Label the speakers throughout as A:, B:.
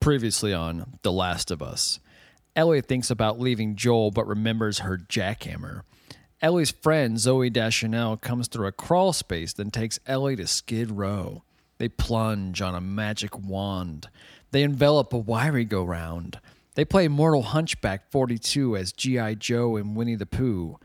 A: Previously on The Last of Us, Ellie thinks about leaving Joel but remembers her jackhammer. Ellie's friend Zoe Dashanel comes through a crawl space, then takes Ellie to Skid Row. They plunge on a magic wand. They envelop a wiry go round. They play Mortal Hunchback 42 as G.I. Joe and Winnie the Pooh.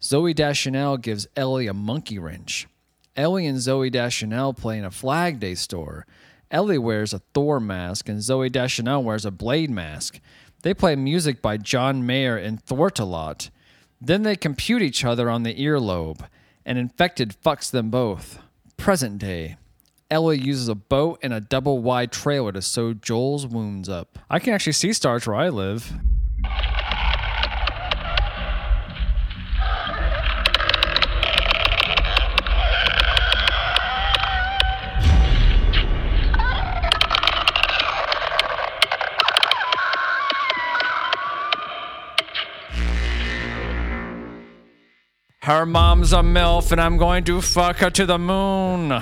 A: Zoe Dashanel gives Ellie a monkey wrench. Ellie and Zoe Dashanel play in a Flag Day store. Ellie wears a Thor mask and Zoe Dashanel wears a Blade mask. They play music by John Mayer and Thwartalot. Then they compute each other on the earlobe. An infected fucks them both. Present day. Ellie uses a boat and a double wide trailer to sew Joel's wounds up. I can actually see stars where I live. Her mom's a MILF and I'm going to fuck her to the moon.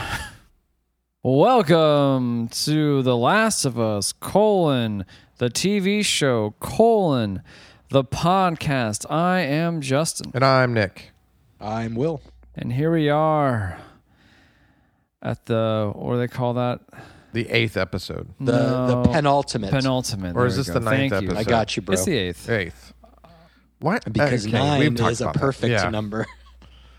A: Welcome to The Last of Us, colon, the TV show, colon, the podcast. I am Justin.
B: And I'm Nick.
C: I'm Will.
A: And here we are at the, what do they call that?
B: The eighth episode.
C: The
A: No.
C: the penultimate.
A: Penultimate.
B: Or is
A: There we
B: this the
A: go.
B: ninth
A: Thank you.
C: I
B: episode?
C: got you, bro.
A: It's the eighth.
B: Eighth. What?
C: Because
B: Okay,
C: nine
B: we've talked
C: is a
B: about that.
C: perfect
B: Yeah.
C: number.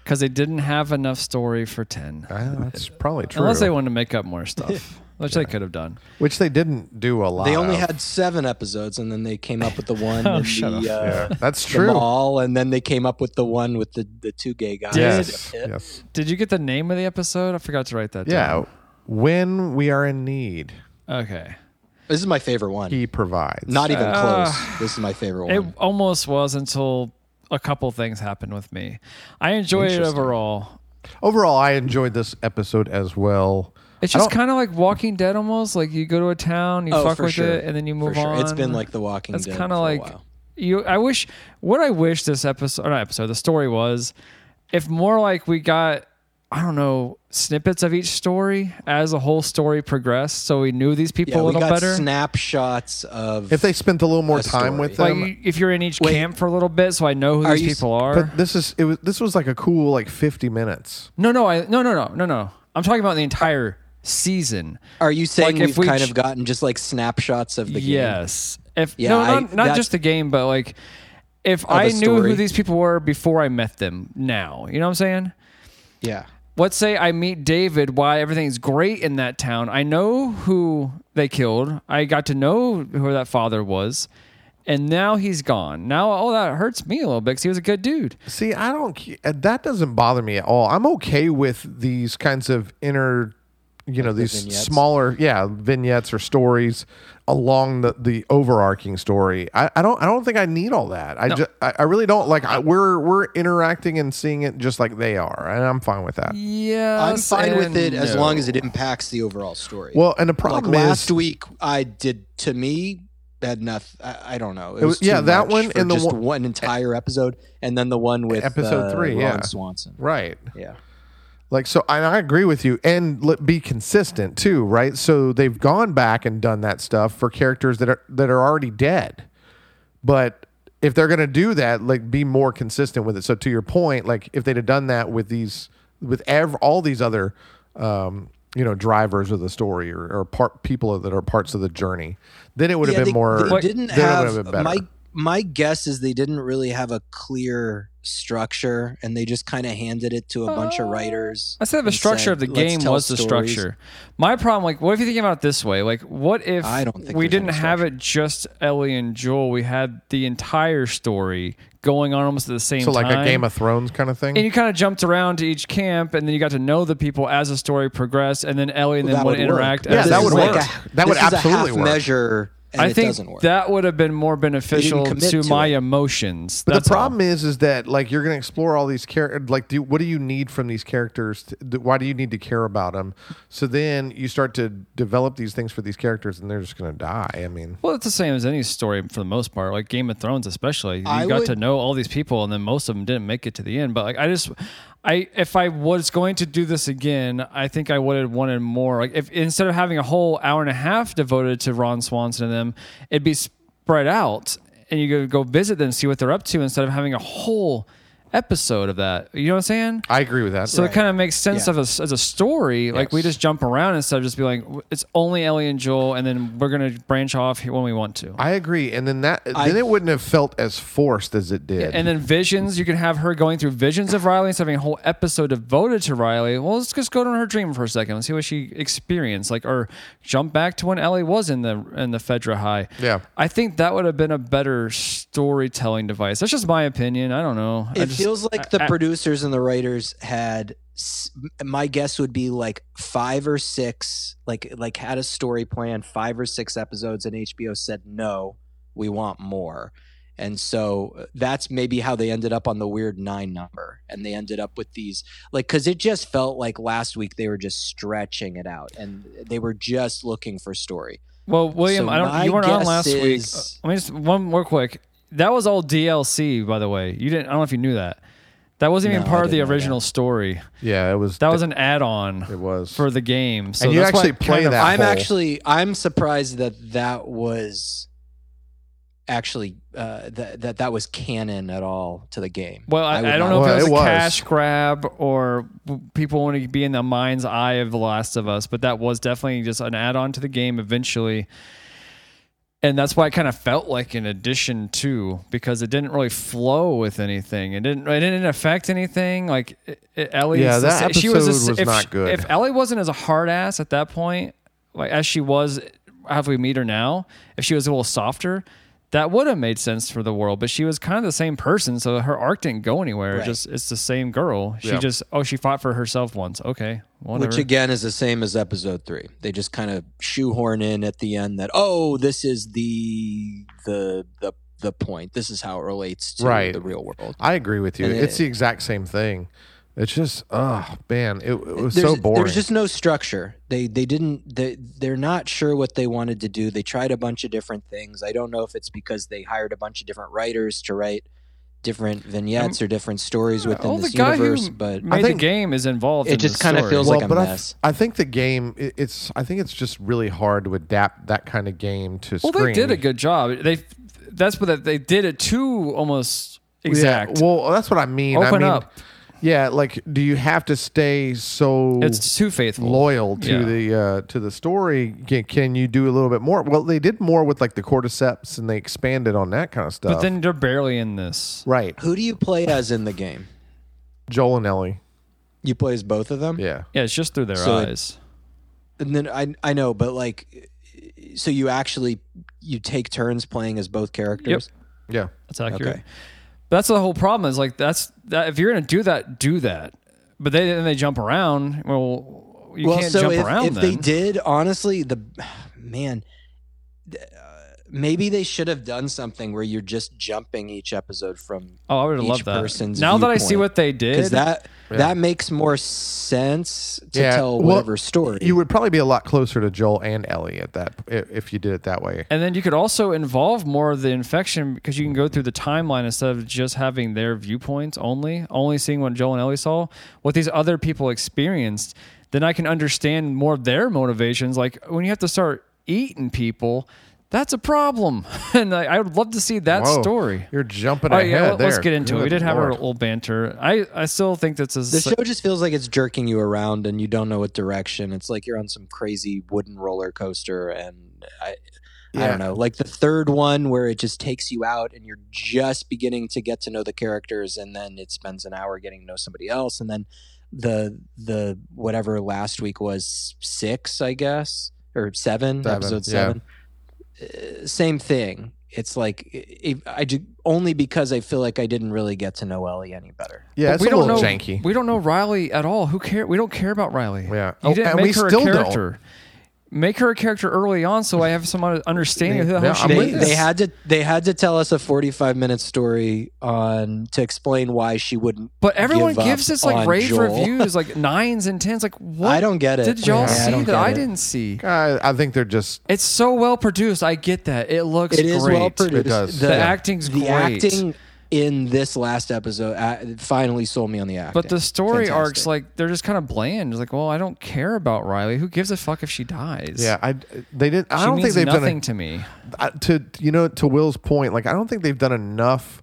A: Because they didn't have enough story for 10.
B: Uh, that's probably true.
A: Unless they wanted to make up more stuff, which they could have done.
B: Which they didn't do a lot.
C: They only
B: of.
C: had seven episodes, and then they came up with the one
A: Oh,
C: in the, uh,
B: Yeah, that's
C: the
B: true.
C: mall, and then they came up with the one with the, the two gay guys.
B: Yes.
C: Yeah.
B: Yes.
A: Did you get the name of the episode? I forgot to write that
B: Yeah.
A: down.
B: When we are in need,
A: Okay.
C: This is my favorite one.
B: he provides.
C: Not even
A: Uh,
C: close. This is my favorite
A: It
C: one.
A: almost was until a couple things happened with me. I enjoyed it
C: Interesting.
A: overall.
C: e-
B: Overall, I enjoyed this episode as well.
A: It's
B: I
A: just
B: don't-
A: kind of like Walking Dead almost. Like you go to a town, you
C: Oh,
A: fuck
C: for
A: with
C: sure.
A: it, and then you
C: For
A: move
C: sure.
A: on.
C: It's been like The Walking
A: That's
C: Dead.
A: kind
C: for
A: of
C: a
A: like
C: while.
A: you. I wish what I wish this episode, or not episode, the story was, if more like we got, I don't know, snippets of each story as the whole story progressed, so we knew these people
C: Yeah,
A: a
C: we
A: little
C: got
A: better.
C: snapshots of.
B: If they spent a little more
C: A
B: time
C: story.
B: with
A: like
B: them,
A: you- if you're in each
C: Um, Wait.
A: camp for a little bit, so I know who
C: Are
A: these
C: you s-
A: people are.
B: but this is it was this was like a cool like 50 minutes.
A: no, no, I no, no, no, no, no. I'm talking about the entire season.
C: Are you saying
A: like, if
C: we've
A: we
C: kind
A: ch-
C: of gotten just like snapshots of the game?
A: Yes. If
C: Yeah,
A: no,
C: I-
A: not, not
C: that-
A: just the game, but like if I knew who
C: story.
A: these people were before I met them. Now, you know what I'm saying?
C: Yeah.
A: Let's say I meet David while everything's great in that town. I know who they killed. I got to know who that father was. And now he's gone. Now, oh, that hurts me a little bit because he was a good dude.
B: See, I don't. ca- uh, That doesn't bother me at all. I'm okay with these kinds of inner, you know, these
C: vignettes?
B: smaller, yeah, vignettes or stories along the the overarching story. I, I don't. I don't think I need all that. I just. I, I really don't like. I, we're we're interacting and seeing it just like they are, and I'm fine with that.
A: Yeah.
C: I'm fine with it as long as it impacts the overall story.
B: Well, and the
C: like
B: problem is,
C: last week I did to me had nothing. I, I don't know. It
B: was-
C: too
B: yeah, that
C: much
B: one
C: for
B: and the
C: just
B: one-
C: entire episode, and then the one with
B: Episode
C: uh,
B: three,
C: Ron
B: yeah.
C: Swanson.
B: right?
C: Yeah,
B: Like so, and I agree with you, and let, be consistent too, right? So they've gone back and done that stuff for characters that are that are already dead, but if they're gonna do that, like be more consistent with it. So to your point, like if they'd have done that with these, with ev- all these other, um, you know, drivers of the story or, or part people that are parts of the journey, then it would have
C: Yeah,
B: been
C: they,
B: more.
C: They didn't
B: then it would
C: have
B: have been better.
C: my my guess is they didn't really have a clear structure, and they just kind of handed it to a bunch of writers.
A: Uh, I said the
C: and
A: structure
C: said,
A: of the
C: "Let's
A: game
C: tell
A: was the
C: stories."
A: structure. My problem, like, what if you think about it this way? Like, what if
C: I don't think
A: we
C: there's any
A: didn't have it just Ellie and Joel? We had the entire story going on almost at the same
B: so
A: time.
B: like a Game of Thrones kind of thing.
A: and you kind of jumped around to each camp, and then you got to know the people as the story progressed, and then Ellie and
C: That
A: them would
C: would
A: interact.
C: work.
B: Yeah,
A: as
B: that
A: they
B: would
C: This is
B: work.
A: worked.
C: Like a,
B: That would
C: this is a
B: absolutely
C: half
B: work.
C: Measure. And
A: I
C: it
A: think
C: doesn't work.
A: that would have been more beneficial
C: commit
A: to
C: to
A: my
C: it.
A: emotions.
B: But
A: That's
B: the problem
A: all.
B: is, is that like you're going to explore all these characters. Like, do, what do you need from these characters? To, th- why do you need to care about them? So then you start to develop these things for these characters, and they're just going to die. I mean,
A: Well, it's the same as any story for the most part, like Game of Thrones, especially. You
C: I
A: got
C: would-
A: to know all these people, and then most of them didn't make it to the end. But like, I just, I if I was going to do this again, I think I would have wanted more. Like if instead of having a whole hour and a half devoted to Ron Swanson and them, it'd be spread out and you could go visit them, see what they're up to instead of having a whole episode of that. You know what I'm saying?
B: I agree with that.
A: So it kind of makes sense of us as a story. Like we just jump around instead of just be like, it's only Ellie and Joel, and then we're gonna branch off when we want to.
B: I agree, and then that then it wouldn't have felt as forced as it did.
A: And then visions, you can have her going through visions of Riley instead of having a whole episode devoted to Riley. Well, let's just go down her dream for a second and see what she experienced, like, or jump back to when Ellie was in the in the Fedra High.
B: Yeah.
A: I think that would have been a better storytelling device. That's just my opinion. I don't know. I
C: It
A: just-
C: feels like the
A: I- I-
C: producers and the writers had. s- My guess would be like five or six, like like had a story plan, five or six episodes, and HBO said no, we want more, and so uh, that's maybe how they ended up on the weird nine number, and they ended up with these like because it just felt like last week they were just stretching it out, and they were just looking for story.
A: Well, William,
C: So
A: I don't.
C: my
A: You weren't on
C: guess
A: last
C: is-
A: week. Uh, Let me just one more quick. That was all DLC, by the way. You didn't. I don't know if you knew that. That wasn't even
C: No, I
A: part of the
C: didn't know that.
A: original story.
B: yeah, it was.
A: That was an add-on
B: it was.
A: for the game. So
B: And you
A: that's why
B: actually
A: it kind
B: play
A: of-
B: that.
C: I'm
B: hole.
C: actually I'm surprised that that was actually uh, that that that was canon at all to the game.
A: Well, I,
C: would
A: I, don't
C: not-
A: know
B: Well,
A: if it was
B: it
A: a
B: was.
A: cash grab or w- people want to be in the mind's eye of The Last of Us, but that was definitely just an add-on to the game eventually. And that's why it kind of felt like an addition to because it didn't really flow with anything. It didn't. It didn't affect anything. Like e, it, it- Ellie.
B: Yeah,
A: it's the
B: that
A: sa- she was,
B: episode
A: a,
B: was
A: if,
B: not good.
A: If Ellie wasn't as a hard ass at that point, like as she was after we meet her now, if she was a little softer, that would have made sense for the world. But she was kind of the same person, so her arc didn't go anywhere.
C: Right.
A: Just it's the same girl. She
B: Yeah.
A: just oh she fought for herself once. Okay, whatever.
C: which again is the same as episode three. They just kind of shoehorn in at the end that oh, this is the the the the point. This is how it relates to
B: Right.
C: the real world.
B: I agree with you.
C: And it-
B: it's the exact same thing. It's just, oh man, it, it was so
C: there's-
B: boring.
C: There's just no structure. They they didn't they they're not sure what they wanted to do. They tried a bunch of different things. I don't know if it's because they hired a bunch of different writers to write different vignettes or different stories within
A: oh, Um, the
C: this
A: guy
C: universe,
A: who
C: but
A: made
B: think-
A: the game is involved.
C: It
A: in
C: just
A: the
C: kinda
A: story.
C: feels
B: well,
C: like a
B: but I f-
C: mess.
B: I, think the game, it, it's, I think it's just really hard to adapt that kind of game to
A: Well,
B: screen.
A: they did a good job. They that's what that they did it too almost exact.
B: Yeah, well, that's what I mean. I
A: Open
B: mean,
A: up.
B: Yeah, like, do you have to stay so?
A: it's too faithful.
B: loyal to
A: Yeah.
B: the uh, to the story can, can you do a little bit more well they did more with like the cordyceps and they expanded on that kind of stuff
A: but then they're barely in this.
B: right
C: who do you play as in the game?
B: joel and ellie
C: You play as both of them?
B: yeah
A: Yeah, it's just through their
C: So it-
A: eyes.
C: And then I I know, but like so you actually you take turns playing as both characters?
B: yeah
A: That's accurate.
C: Okay.
A: But that's the whole problem. Is like that's that. If you're gonna do that, do that. But they then they jump around. Well, you can't jump
C: if,
A: around.
C: If
A: then.
C: they did, honestly, the man, th- uh, maybe they should have done something where you're just jumping each episode from
A: oh, I would have
C: each
A: loved that.
C: person's
A: Now that I see
C: viewpoint.
A: what they did,
C: because that
B: Yeah.
C: that makes more sense to
B: Yeah,
C: tell
B: well,
C: whatever story.
B: you would probably be a lot closer to joel and ellie at that i- if you did it that way
A: and then you could also involve more of the infection because you can go through the timeline instead of just having their viewpoints only, only seeing what Joel and Ellie saw, what these other people experienced. Then I can understand more of their motivations. Like when you have to start eating people, that's a problem. and I, I would love to see that
B: Whoa,
A: story.
B: you're jumping
A: All right,
B: ahead
A: yeah, let-
B: there
A: let's get into it. We
B: Good
A: did have our
B: Lord.
A: little banter. I, I still think that's a.
C: the
A: s-
C: show just feels like it's jerking you around and you don't know what direction. It's like you're on some crazy wooden roller coaster and I I
B: Yeah.
C: don't know. Like the third one where it just takes you out and you're just beginning to get to know the characters and then it spends an hour getting to know somebody else and then the the whatever last week was 6 I guess or 7,
B: Seven,
C: episode
B: yeah.
C: 7. Uh, same thing. It's like if I ju- only because I feel like I didn't really get to know Ellie any better.
B: yeah
A: But
B: it's
A: we
B: a
A: don't
B: little
A: know.
B: janky
A: We don't know Riley at all. Who care? We don't care about Riley.
B: Yeah.
A: you
B: Oh,
A: didn't
B: and
A: make
B: we
A: her
B: still
A: a
B: don't.
A: character. Make her a character early on, so I have some understanding of who the
B: Yeah,
A: hell she
B: I'm
C: they,
A: is.
B: with
C: they had to they had to tell us a 45 minute story on to explain why she wouldn't
A: but everyone
C: give up
A: gives this like
C: on
A: rave
C: Joel.
A: reviews, like nines and tens. Like what?
C: I don't get it.
A: Did y'all
C: Yeah, I
A: see
C: don't
A: that
C: get
A: I
C: it.
A: didn't see?
B: I, I think they're just
A: It's so well produced. I get that. It looks
C: it is
A: great.
C: well produced
B: It does.
A: The
B: Yeah.
A: acting's
C: the
A: great.
C: acting in this last episode uh, it finally sold me on the acting.
A: But the story
C: Fantastic.
A: arcs, like, they're just kind of bland. It's like, well, I don't care about Riley. Who gives a fuck if she dies?
B: Yeah, I they didn't. I
A: She
B: don't think
A: means
B: they've done
A: nothing
B: a,
A: to me.
B: I- to you know to Will's point, like I don't think they've done enough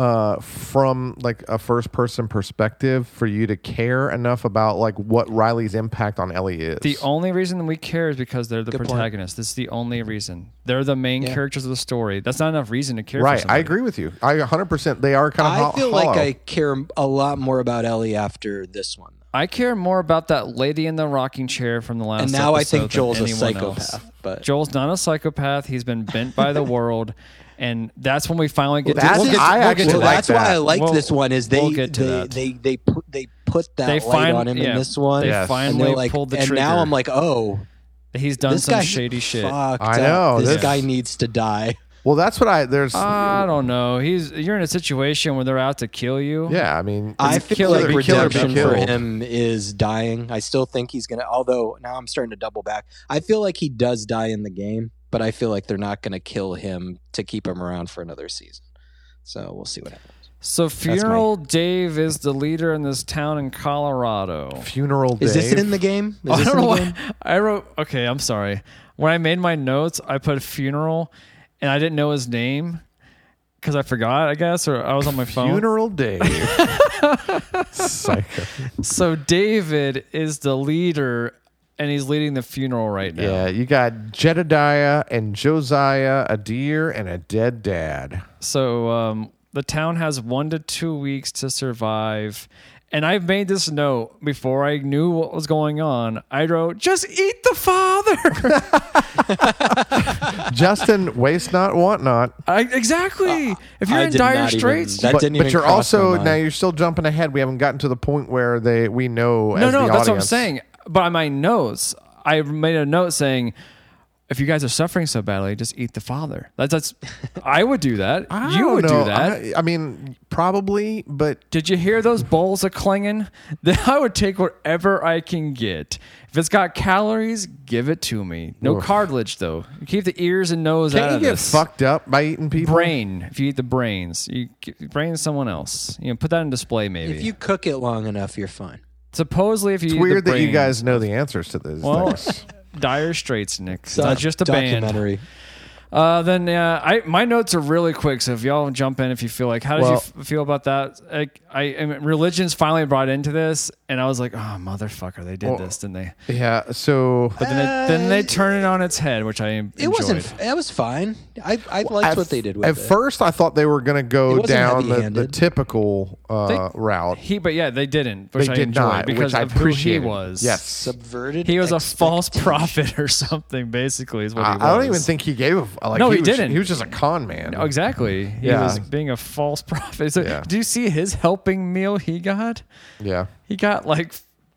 B: uh from like a first person perspective for you to care enough about like what Riley's impact on Ellie is.
A: The only reason we care is because they're the
C: point.
A: protagonists. That's the only reason. They're the main
C: Yeah.
A: characters of the story. That's not enough reason to care. for
B: right, I
A: somebody.
B: agree with you. I 100% they are kind of
C: I feel like I care a lot more about Ellie after this one.
A: I care more about that lady in the rocking chair from the last.
C: And now I
A: episode
C: think
A: than
C: Joel's a
A: anyone else.
C: psychopath. But
A: Joel's not a psychopath. He's been bent by the world, and that's when we finally get.
B: That's-
A: to,
B: We'll get- I we'll get actually
C: so
B: to like
C: that's
B: that.
C: why I liked
A: We'll-
C: this one. Is they
A: we'll get to
C: they,
A: that.
C: they they put they put that
A: They
C: light
A: fin-
C: on him
A: yeah.
C: in this one.
A: They
B: Yes.
C: And
A: finally
C: they're like,
A: pulled the
C: and
A: trigger.
C: now I'm like, oh,
A: he's done
C: this
A: some
C: guy
A: shady shit.
C: fucked
B: I
C: up.
B: know,
C: This
A: this-
C: guy needs to die.
B: Well, that's what I there's
A: I don't know. He's you're in a situation where they're out to kill you.
B: yeah, I mean
C: I
B: it's
C: feel
B: kill or
C: like
B: be killed or be
C: redemption for
B: killed.
C: him is dying. I still think he's gonna. Although now I'm starting to double back. I feel like he does die in the game, but I feel like they're not gonna kill him to keep him around for another season. So we'll see what happens.
A: So funeral Dave is the leader in this town in Colorado.
B: funeral day.
C: Is this in the game? Is
A: I
C: this
A: don't
C: in
A: know
C: the
A: why
C: game?
A: I wrote. Okay, I'm sorry. When I made my notes, I put funeral, and I didn't know his name because I forgot. I guess, or I was on my phone.
B: funeral day. Psycho.
A: So David is the leader, and he's leading the funeral right now.
B: Yeah, you got Jedediah and Josiah, a deer and a dead dad.
A: So um, the town has one to two weeks to survive. And I've made this note before I knew what was going on. I wrote, "Just eat the father."
B: Justin, waste not, want not.
A: I,
B: Uh,
A: exactly. if you're
C: I
A: in
C: did
A: dire
C: not even-
A: straits,
C: that
B: but,
C: didn't
B: but
C: even
B: you're
C: cross my
B: also
C: mind.
B: now you're still jumping ahead. We haven't gotten to the point where they we know.
A: No,
B: as
A: no,
B: the
A: that's what I'm
B: audience.
A: saying. But on my notes, I made a note saying, if you guys are suffering so badly, just eat the father. That's, that's I would do that.
B: I
A: you
B: don't
A: would do
B: know.
A: that.
B: I, I mean, probably, but
A: Did you hear those bowls a clanging? Then I would take whatever I can get. If it's got calories, give it to me. No cartilage though. keep the ears and nose out
B: can't you
A: of
B: get
A: this.
B: fucked up by eating people?
A: brain. If you eat the brains, you get- brain someone else. You know, put that in display maybe.
C: If you cook it long enough, you're fine.
A: Supposedly, if you
B: It's
A: eat the
B: weird that you
A: brain-
B: guys know the answers to these
A: Well,
B: things.
A: Dire Straits, Nick. It's not just a band.
C: documentary.
A: Uh, then uh, I my notes are really quick, so if y'all jump in if you feel like. How did
B: Well-
A: you f- feel about that? Like, I, I mean, religion's finally brought into this, and I was like, oh motherfucker, they did
B: Well- uh,
A: this, didn't they?
B: Yeah. So
A: But then they, then they turn it on its head, which I enjoyed.
C: Uh, It wasn't. That was fine. I I liked
B: at-
C: what they did with
B: At
C: it.
B: first, I thought they were going to
C: It
B: go
C: wasn't
B: down the, the
C: heavy-handed.
B: typical uh, route.
A: He, but yeah, they didn't, which
B: they
A: I
B: did
A: enjoyed
B: not,
A: because
B: which I
A: of who he
B: appreciated.
A: was.
B: Yes.
C: Subverted.
A: he was a false
C: expectations.
A: prophet or something. Basically, is what he
B: I,
A: was.
B: I don't even think he gave a f- like.
A: No, he
B: was-
A: didn't.
B: He was just a con man.
A: No, exactly. He
B: Yeah.
A: was being a false prophet. So,
B: Yeah.
A: do you see his helping meal he got?
B: Yeah,
A: He got like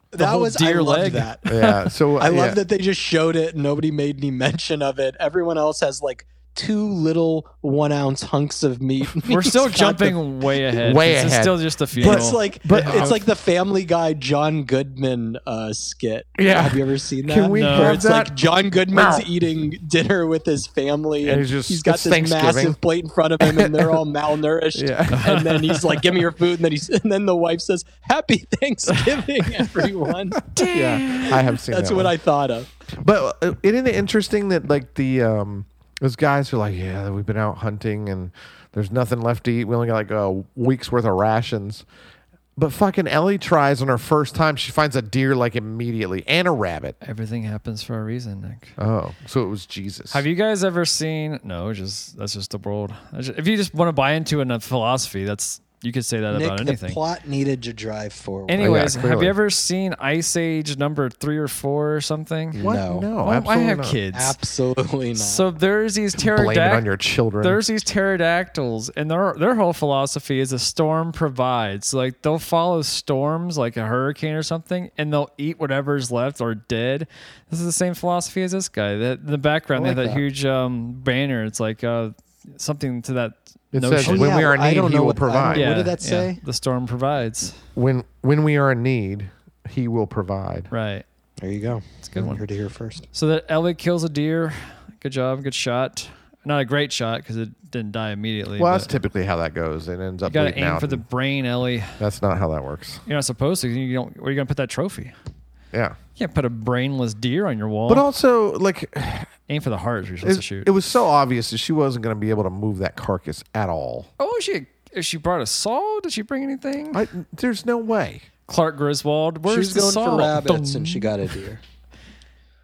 A: the
C: That
A: whole
C: was
A: deer
C: I loved
A: leg.
C: that.
B: yeah. So
C: I
B: yeah.
C: love that they just showed it. and Nobody made any mention of it. Everyone else has like two little one ounce hunks of meat.
A: We're still
C: He's got the-
A: jumping way ahead.
B: Way
A: It's
B: ahead.
A: still just the funeral.
C: But it's like
B: But-
C: it's like the Family Guy John Goodman uh, skit.
B: Yeah.
C: have you ever seen that?
B: Can we
A: No.
B: have
C: It's
B: that?
C: like John Goodman's
B: Meow.
C: eating dinner with his family,
B: And
C: and,
B: he's just-
C: he's got
B: it's
C: this
B: Thanksgiving.
C: massive plate in front of him, and they're all malnourished.
B: Yeah.
C: And then he's like, "Give me your food," and then he's, and then the wife says, "Happy Thanksgiving, everyone."
B: yeah, I have seen.
C: That's
B: that
C: what
B: one.
C: I thought of.
B: But uh, isn't it interesting that like the um those guys who are like, yeah, we've been out hunting and there's nothing left to eat. We only got like a week's worth of rations. But fucking Ellie tries on her first time. She finds a deer like immediately and a rabbit.
A: everything happens for a reason, Nick.
B: Oh, so it was Jesus.
A: Have you guys ever seen? No, just that's just the world. That's ju- If you just want to buy into a philosophy, that's you could say that about anything.
C: plot needed to drive forward.
A: Anyways, have
B: Oh, clearly.
A: you ever seen Ice Age number three or four or something?
B: What?
C: No.
B: No,
A: Well, Oh, I
B: absolutely
A: have
B: not.
A: kids.
C: Absolutely not.
A: So there's these
B: Blame it on
A: pterodactyls.
B: your children.
A: There's these pterodactyls, and their their whole philosophy is a storm provides. Like they'll follow storms, like a hurricane or something, and they'll eat whatever's left or dead. This is the same philosophy as this guy. That in the background, they have that, huge um, banner. It's like uh, something to that.
B: it
A: notion.
B: says when we are in
C: I
B: need, he
C: don't know
B: will
C: what- I don't
B: provide.
C: know what did that say?
A: The storm provides.
B: When when we are in need, he will provide.
A: Right.
C: there you go.
A: It's a good one.
C: to hear first.
A: So that Ellie kills a deer. Good job. Good shot. Not a great shot because it didn't die immediately.
B: Well, that's
A: but
B: typically how that goes. It ends
A: you
B: up
A: got to
B: bleeding
A: aim
B: out.
A: for the brain, Ellie.
B: that's not how that works.
A: You're not supposed to. You don't. Where are you going to put that trophy?
B: Yeah.
A: You can't put a brainless deer on your wall.
B: But also, like,
A: aim for the heart. Is where you're supposed to
B: it,
A: shoot.
B: it was so obvious that she wasn't going to be able to move that carcass at all.
A: oh, she. If she brought a saw, did she bring anything?
B: I, there's no way.
A: Clark Griswold. Where's
C: She was
A: the
C: going
A: saw?
C: for rabbits,
A: Dun.
C: and she got a deer.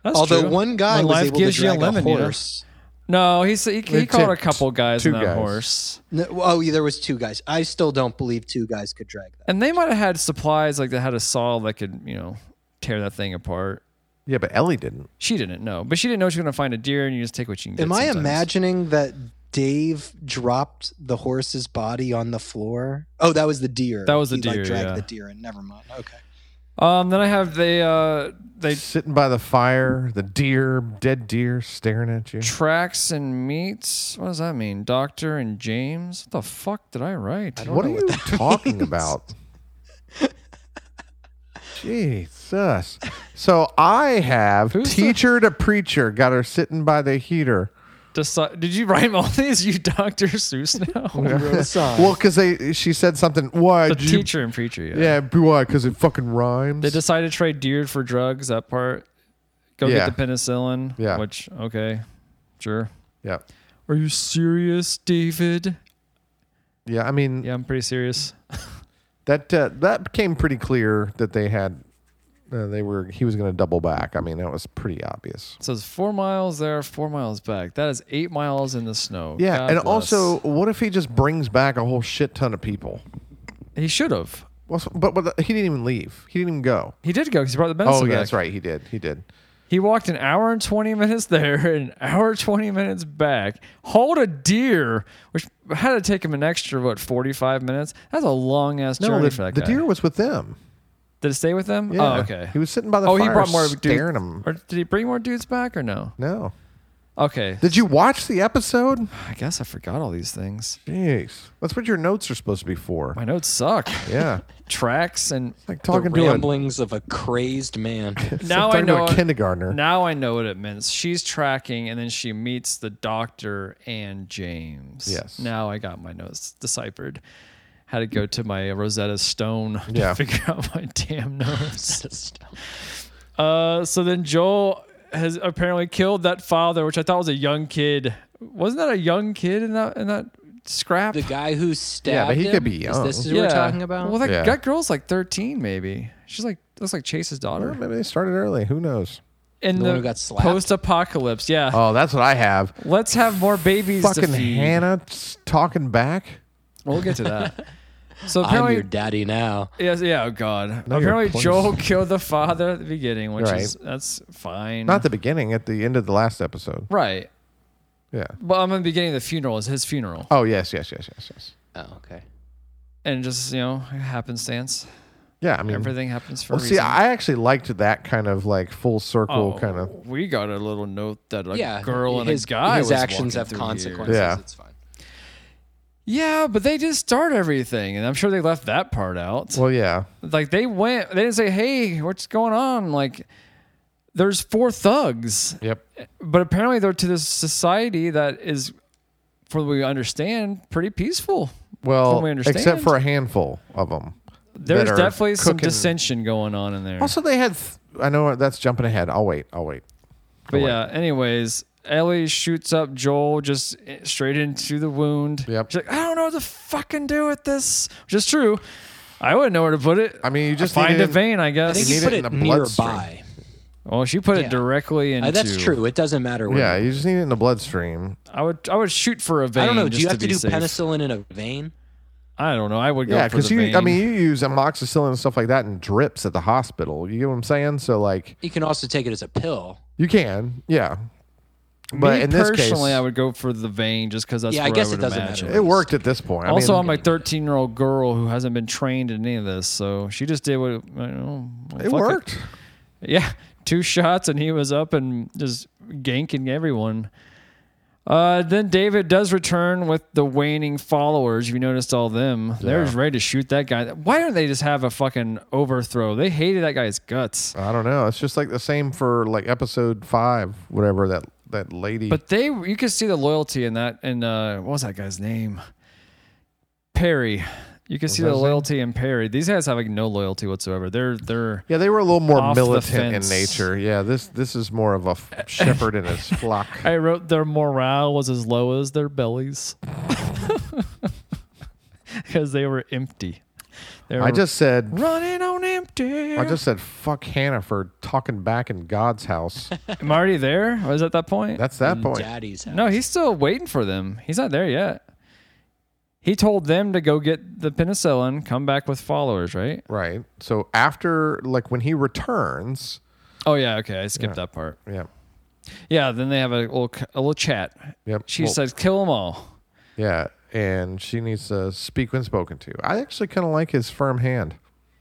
A: That's
C: Although
A: true.
C: one guy
A: When
C: was
A: life
C: able
A: gives
C: to
A: you
C: drag
A: a lemon, you know?
C: horse.
A: No, he said he, he
B: They
A: called a
B: took
A: couple guys
B: two
A: in that
B: guys.
A: horse,
C: No, oh, yeah, there was two guys. I still don't believe two guys could drag that.
A: and they might have had supplies like they had a saw that could you know tear that thing apart.
B: Yeah, but Ellie didn't.
A: She didn't know, but she didn't know she was going to find a deer, and you just take what you can get.
C: Am I
A: sometimes.
C: imagining that Dave dropped the horse's body on the floor? Oh, that was the deer.
A: That was the
C: He,
A: deer,
C: Like, dragged
A: yeah.
C: the deer, and never mind. Okay.
A: Um, then I have they uh they
B: Sitting by the fire, the deer, dead deer staring at you.
A: tracks and meets. What does that mean? Doctor and James. What the fuck did I write?
B: What are you talking about? Jesus. So I have
A: Who's the-
B: teacher to preacher got her sitting by the heater.
A: Deci- did you write all these? You Doctor Seuss now?
C: You wrote a song.
B: Well, because they she said something. Why?
A: the
B: did you-
A: teacher and preacher. Yeah.
B: Yeah, b- why? Because it fucking rhymes.
A: They decided to trade deer for drugs. That part. Go
B: Yeah.
A: get the penicillin.
B: Yeah.
A: Which okay, sure.
B: yeah,
A: Are you serious, David?
B: yeah. I mean,
A: Yeah, I'm pretty serious.
B: that uh, that became pretty clear that they had uh, they were he was going to double back. I mean, that was pretty obvious.
A: It says four miles there, four miles back. That is eight miles in the snow.
B: Yeah,
A: God
B: and
A: bless.
B: also, what if he just brings back a whole shit ton of people?
A: he should have.
B: What's, but, but he didn't even leave. He didn't even go.
A: He did go because he brought the medicine.
B: Oh, yeah,
A: back.
B: that's right. He did. He did.
A: He walked an hour and 20 minutes there and an hour and 20 minutes back. Hold a deer, which had to take him an extra, what, 45 minutes? That's a long ass
B: No,
A: journey
B: the,
A: for that
B: the
A: guy.
B: deer was with them.
A: Did it stay with them?
B: Yeah.
A: Oh, okay.
B: He was sitting by the
A: oh,
B: fire
A: he brought more
B: staring
A: dudes.
B: him.
A: Or did he bring more dudes back or no?
B: No.
A: Okay.
B: Did you watch the episode?
A: I guess I forgot all these things.
B: Jeez. That's what your notes are supposed to be for.
A: My notes suck.
B: Yeah.
A: Tracks and
B: Like
C: the
B: talking to a
C: ramblings of a crazed man.
B: it's
A: now
B: like
A: I
B: talking to
A: know
B: a kindergartner.
A: now I know what it means. She's tracking and then she meets the doctor and James.
B: Yes.
A: Now I got my notes deciphered. Had to go to my Rosetta Stone to
B: Yeah.
A: figure out my damn notes. uh, so then Joel has apparently killed that father, which I thought was a young kid. Wasn't that a young kid in that in that scrap?
C: the guy who stabbed
B: Yeah, but he
C: him?
B: could be
C: Is this
B: young.
C: what we're talking about?
A: Well, that,
B: Yeah.
A: that girl's like 13, maybe. She's like looks like Chase's daughter.
B: Or Maybe they started early. Who knows?
A: in
C: The
A: the
C: one who got slapped?
A: post-apocalypse. Yeah,
B: Oh, that's what I have.
A: let's have more babies. to
B: Fucking
A: feed.
B: Hannah s- talking back.
A: We'll get to that. So
C: I'm your
A: apparently,
C: daddy now.
A: yes, yeah, oh god.
B: No, you're
A: apparently,
B: pleased.
A: Joel killed the father at the beginning, which
B: Right.
A: is that's fine.
B: Not the beginning, at the end of the last episode.
A: right.
B: Yeah.
A: Well, I'm in the beginning of the funeral. Is his funeral,
B: Oh, yes, yes, yes, yes, yes.
C: Oh, okay.
A: and just you know, happenstance.
B: Yeah, I mean,
A: Everything happens for
B: Mm. well,
A: a
B: see,
A: reason.
B: I actually liked that kind of like full circle
A: Oh,
B: kind of.
A: We got a little note that a
C: yeah,
A: girl and
C: his,
A: a guy.
C: His
A: was
C: actions
A: walking
C: have
A: through
C: consequences.
A: here.
B: Yeah.
C: It's fine.
A: Yeah, but they did start everything, and I'm sure they left that part out.
B: Well, yeah.
A: like they went they didn't say hey what's going on like there's four thugs
B: Yep.
A: but apparently they're to this society that is from what we understand pretty peaceful
B: Well,
A: From what I
B: except
A: understand.
B: for a handful of them.
A: there's
B: are
A: definitely some
B: cooking-
A: dissension going on in there
B: Also, they had. Th- I know that's jumping ahead. I'll wait. I'll wait.
A: but yeah anyways ellie shoots up joel just eh, straight into the wound
B: Yep.
A: she's like i don't know what to fucking do with this which is true i wouldn't know where to put it
B: I mean, you just
A: find
B: needed-
A: a vein i
C: I think
A: guess
B: need
C: you
B: it
C: put
B: in
C: it,
B: the bloodstream.
C: nearby.
A: well she put
C: Yeah.
A: it directly into
C: Uh, that's true. It doesn't matter where.
B: Yeah, you just need it in the bloodstream.
A: i would i would shoot for a vein
C: I don't know. Do
A: just
C: you have to,
A: be
C: do
A: safe.
C: penicillin in a vein?
A: I don't know. I would go
B: Yeah,
A: for
B: because
A: the
B: you.
A: vein.
B: I mean, you use amoxicillin and stuff like that in drips at the hospital. You get what I'm saying? So like,
C: You can also take it as a pill.
B: you can. Yeah. But
A: Me
B: in this case,
A: personally, I would go for the vein just because that's
C: Yeah, I
A: where
C: guess
A: would
C: it doesn't
A: imagine.
C: matter.
B: it worked at this point. I
A: also,
B: mean,
A: I'm a 13 year old girl who hasn't been trained in any of this, so she just did what you know, fuck
B: it worked.
A: Yeah, two shots and he was up and just ganking everyone. Uh, then David does return with the waning followers. You noticed all them. They're just ready to shoot that guy. Why don't they just have a fucking overthrow? They hated that guy's guts.
B: I don't know. It's just like the same for like episode five, whatever that that lady.
A: But they, you could see the loyalty in that. And uh, what was that guy's name? Perry. You can see
B: that
A: the
B: his name?
A: loyalty in Perry. These guys have like no loyalty whatsoever. They're they're
B: yeah, they were a little more
A: Off the
B: militant in
A: fence.
B: nature. Yeah, this this is more of a f- shepherd and his flock.
A: I wrote their morale was as low as their bellies because they were empty. They were
B: I just said,
A: running on empty.
B: I just said, fuck Hannah for talking back in God's house.
A: Am I already there? Was at that point?
B: That's that point.
C: Daddy's house.
A: no, he's still waiting for them. He's not there yet. He told them to go get the penicillin, come back with followers, right?
B: Right. So after, like, when he returns,
A: Oh yeah, okay, I skipped that part.
B: yeah,
A: Yeah, then they have a little c- a little chat.
B: yep.
A: She
B: well,
A: says, "Kill them all."
B: yeah, and she needs to speak when spoken to. I actually kind of like his firm hand.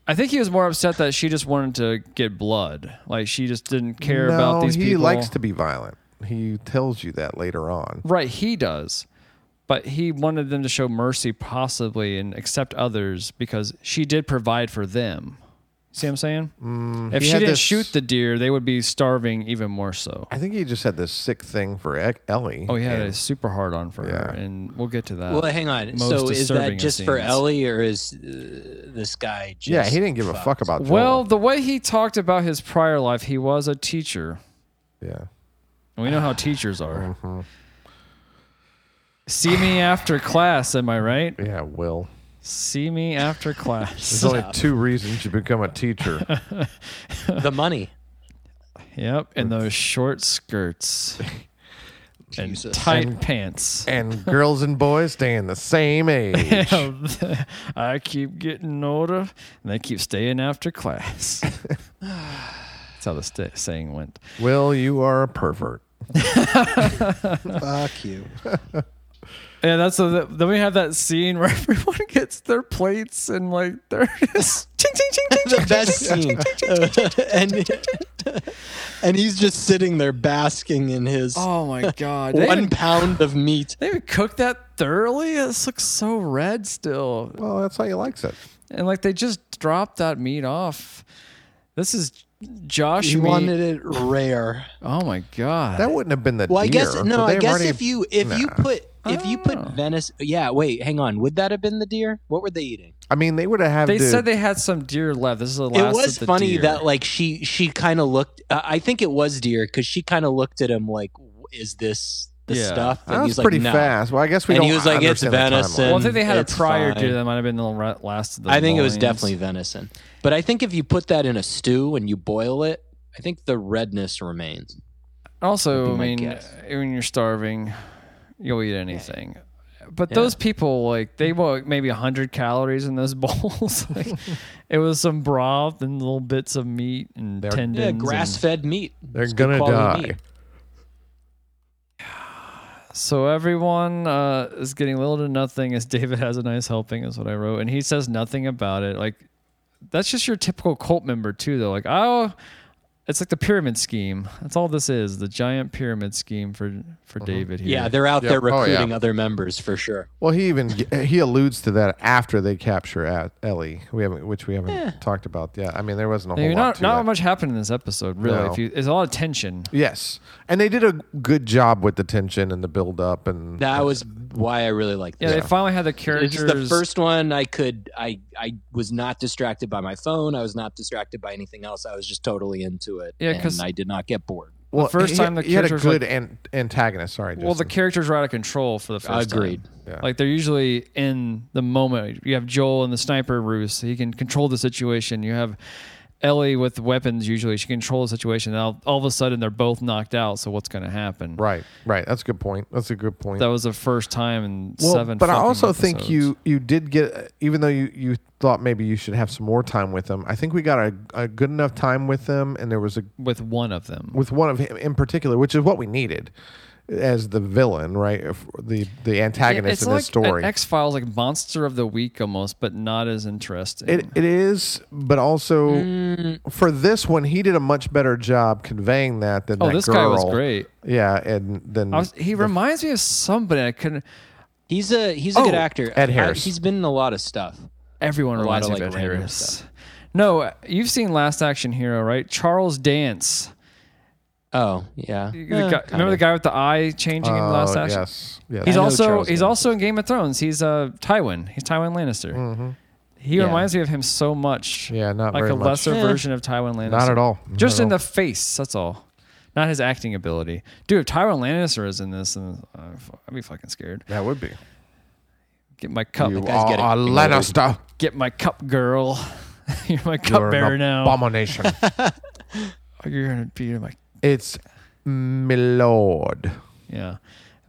A: I think he was more upset that she just wanted to get blood. Like she just didn't care
B: no,
A: about these
B: he
A: people.
B: likes to be violent. He tells you that later on.
A: Right, he does. But he wanted them to show mercy possibly and accept others because she did provide for them. See what I'm saying? if
B: Mm, he
A: she
B: had
A: didn't
B: this-
A: shoot the deer, they would be starving even more so.
B: I think he just had this sick thing for E- Ellie.
A: Oh, he had
B: and-
A: a super hard on for her,
B: Yeah.
A: and we'll get to that.
C: Well, hang on.
A: most
C: So is
A: disturbing
C: that
A: of
C: just for
A: scenes.
C: Ellie, or is uh, this guy? Just
B: yeah, he didn't give a
C: fucked?
B: fuck about Joel.
A: Well, the way he talked about his prior life, he was a teacher.
B: yeah.
A: And we know how teachers are. See me after class, am I right?
B: Yeah, Will.
A: See me after class.
B: There's only two reasons you become a teacher.
C: the money.
A: Yep, and those short skirts and
C: Jesus.
A: tight pants.
B: and girls and boys stay in the same age.
A: I keep getting older, and they keep staying after class. That's how the st- saying went.
B: Will, you are a pervert.
C: Fuck you.
A: Yeah, that's so. that- Then we have that scene where everyone gets their plates and like they're just ching ching ching ching.
C: the best scene. and and he's just sitting there basking in his
A: Oh my god! They,
C: one
A: even,
C: pound of meat.
A: they even cook that thoroughly. This looks so red still.
B: Well, that's how he likes it.
A: and like they just dropped that meat off. This is Josh.
C: He
A: meat.
C: wanted it rare.
A: oh my god!
B: That wouldn't have been the
C: Well, I
B: deer.
C: guess
B: Would
C: no.
B: they
C: I
B: have
C: guess
B: already-
C: if you if you
B: Nah.
C: put if you put
A: Oh.
C: Venice, yeah. Wait, hang on. Would that have been the deer? What were they eating?
B: I mean, they would have had
A: they
B: to-
A: said they had some deer left. This is the
C: It
A: last.
C: was
A: of the
C: funny
A: deer.
C: that like she she kind of looked. Uh, I think it was deer because she kind of looked at him like, "Is this the
A: Yeah.
C: stuff?"
B: That was
C: he's like,
B: pretty
C: "No."
B: fast. Well, I guess we
C: And
B: don't
C: he was like, it's
B: understand the
C: venison.
B: timeline.
A: Well, I think they had a
C: It's
A: prior
C: fine.
A: deer that might have been the ra- last of the.
C: I think it was
A: loins.
C: definitely venison. But I think if you put that in a stew and you boil it, I think the redness remains.
A: Also, I
C: Would be my
A: mean, uh,
C: guess.
A: when you're starving, you'll eat anything. But those people, like, they were maybe 100 calories in those bowls. like, it was some broth and little bits of meat and
B: They're- Yeah,
A: tendons.
C: Yeah,
A: and-
C: grass fed meat.
B: They're
C: It's good
B: gonna
C: quality
B: die.
C: meat.
A: So everyone uh, is getting little to nothing as David has a nice helping, is what I wrote. And he says nothing about it. Like, that's just your typical cult member, too, though. Like, oh, it's like the pyramid scheme. That's all this is the giant pyramid scheme for, for
B: Uh-huh.
A: David here.
C: Yeah, they're out
B: Yeah.
C: there
B: Oh, yeah.
C: recruiting other members for sure.
B: Well, he even he alludes to that after they capture A- Ellie. We haven't, which we haven't talked about yet. I mean, there wasn't a whole
A: I mean,
B: lot
A: not
B: to
A: not
B: it.
A: much happened in this episode, really.
B: No.
A: If you, it's a lot of tension.
B: Yes, and they did a good job with the tension and the build up and
C: That was why I really liked
A: Yeah,
C: this.
A: they finally had the
C: This
A: characters.
C: is the first one I could I I was not distracted by my phone. I was not distracted by anything else. I was just totally into it.
A: Yeah, 'cause-
C: and I did not get bored.
B: well,
A: first
B: he,
A: time the
B: he had a
A: characters, like-
B: good an, antagonist. Sorry,
A: Well, the
B: Justin.
A: characters were out of control for the first
C: Agreed.
A: time.
B: Yeah.
A: Like they're usually in the moment. You have Joel in the sniper ruse; he can control the situation. You have Ellie with weapons. Usually, she controls the situation. Now, all, all of a sudden, they're both knocked out. So, what's going to happen?
B: right, right. That's a good point. That's a good point.
A: That was the first time in
B: well,
A: seven.
B: but I
A: fucking
B: also think
A: episodes.
B: you you did get even though you you thought maybe you should have some more time with them. I think we got a, a good enough time with them, and there was a
A: with one of them.
B: with one of him in particular, which is what we needed as the villain, right? If- The the antagonist
A: it's
B: in
A: like
B: this story.
A: X Files, like monster of the week almost, but not as interesting.
B: It, it is, but also
A: Mm.
B: for this one, he did a much better job conveying that than
A: oh,
B: that
A: this
B: girl.
A: guy was great.
B: Yeah, and then
A: I was, he reminds me of somebody. I couldn't.
C: He's a he's a
A: Oh,
C: good actor.
B: Ed
C: I-
B: Harris.
C: he's been in a lot of stuff.
A: Everyone
C: lot
A: reminds
C: of,
A: me of
C: like,
A: Ed
C: random
A: Harris. uh,
C: stuff.
A: No, you've seen Last Action Hero, right? Charles Dance.
C: Oh yeah.
A: The guy- remember the guy with the eye changing in the last
B: Eh, Oh,
A: action?
B: Yes. Yes.
A: He's
C: I know
A: also
C: Charles
A: he's
C: Gambon.
A: also in Game of Thrones. He's uh Tywin. He's Tywin Lannister. He
C: Yeah.
A: reminds me of him so much.
B: Mm-hmm. Yeah, not
A: like
B: very
A: a
B: much.
A: lesser
C: Eh.
A: version of Tywin Lannister.
B: Not at all. Not
A: Just
B: at
A: in the
B: all.
A: face. That's all. Not his acting ability, dude. If Tywin Lannister is in this, and uh, fu- I'd be fucking scared.
B: That would be. Ah,
A: Get my cup.
B: You
C: guy's
B: are
C: getting
B: a
C: promoted.
B: Lannister.
A: Get my cup, girl. You're my
B: You're
A: cupbearer
B: an
A: now.
B: abomination.
A: You're gonna be my
B: it's milord.
A: yeah.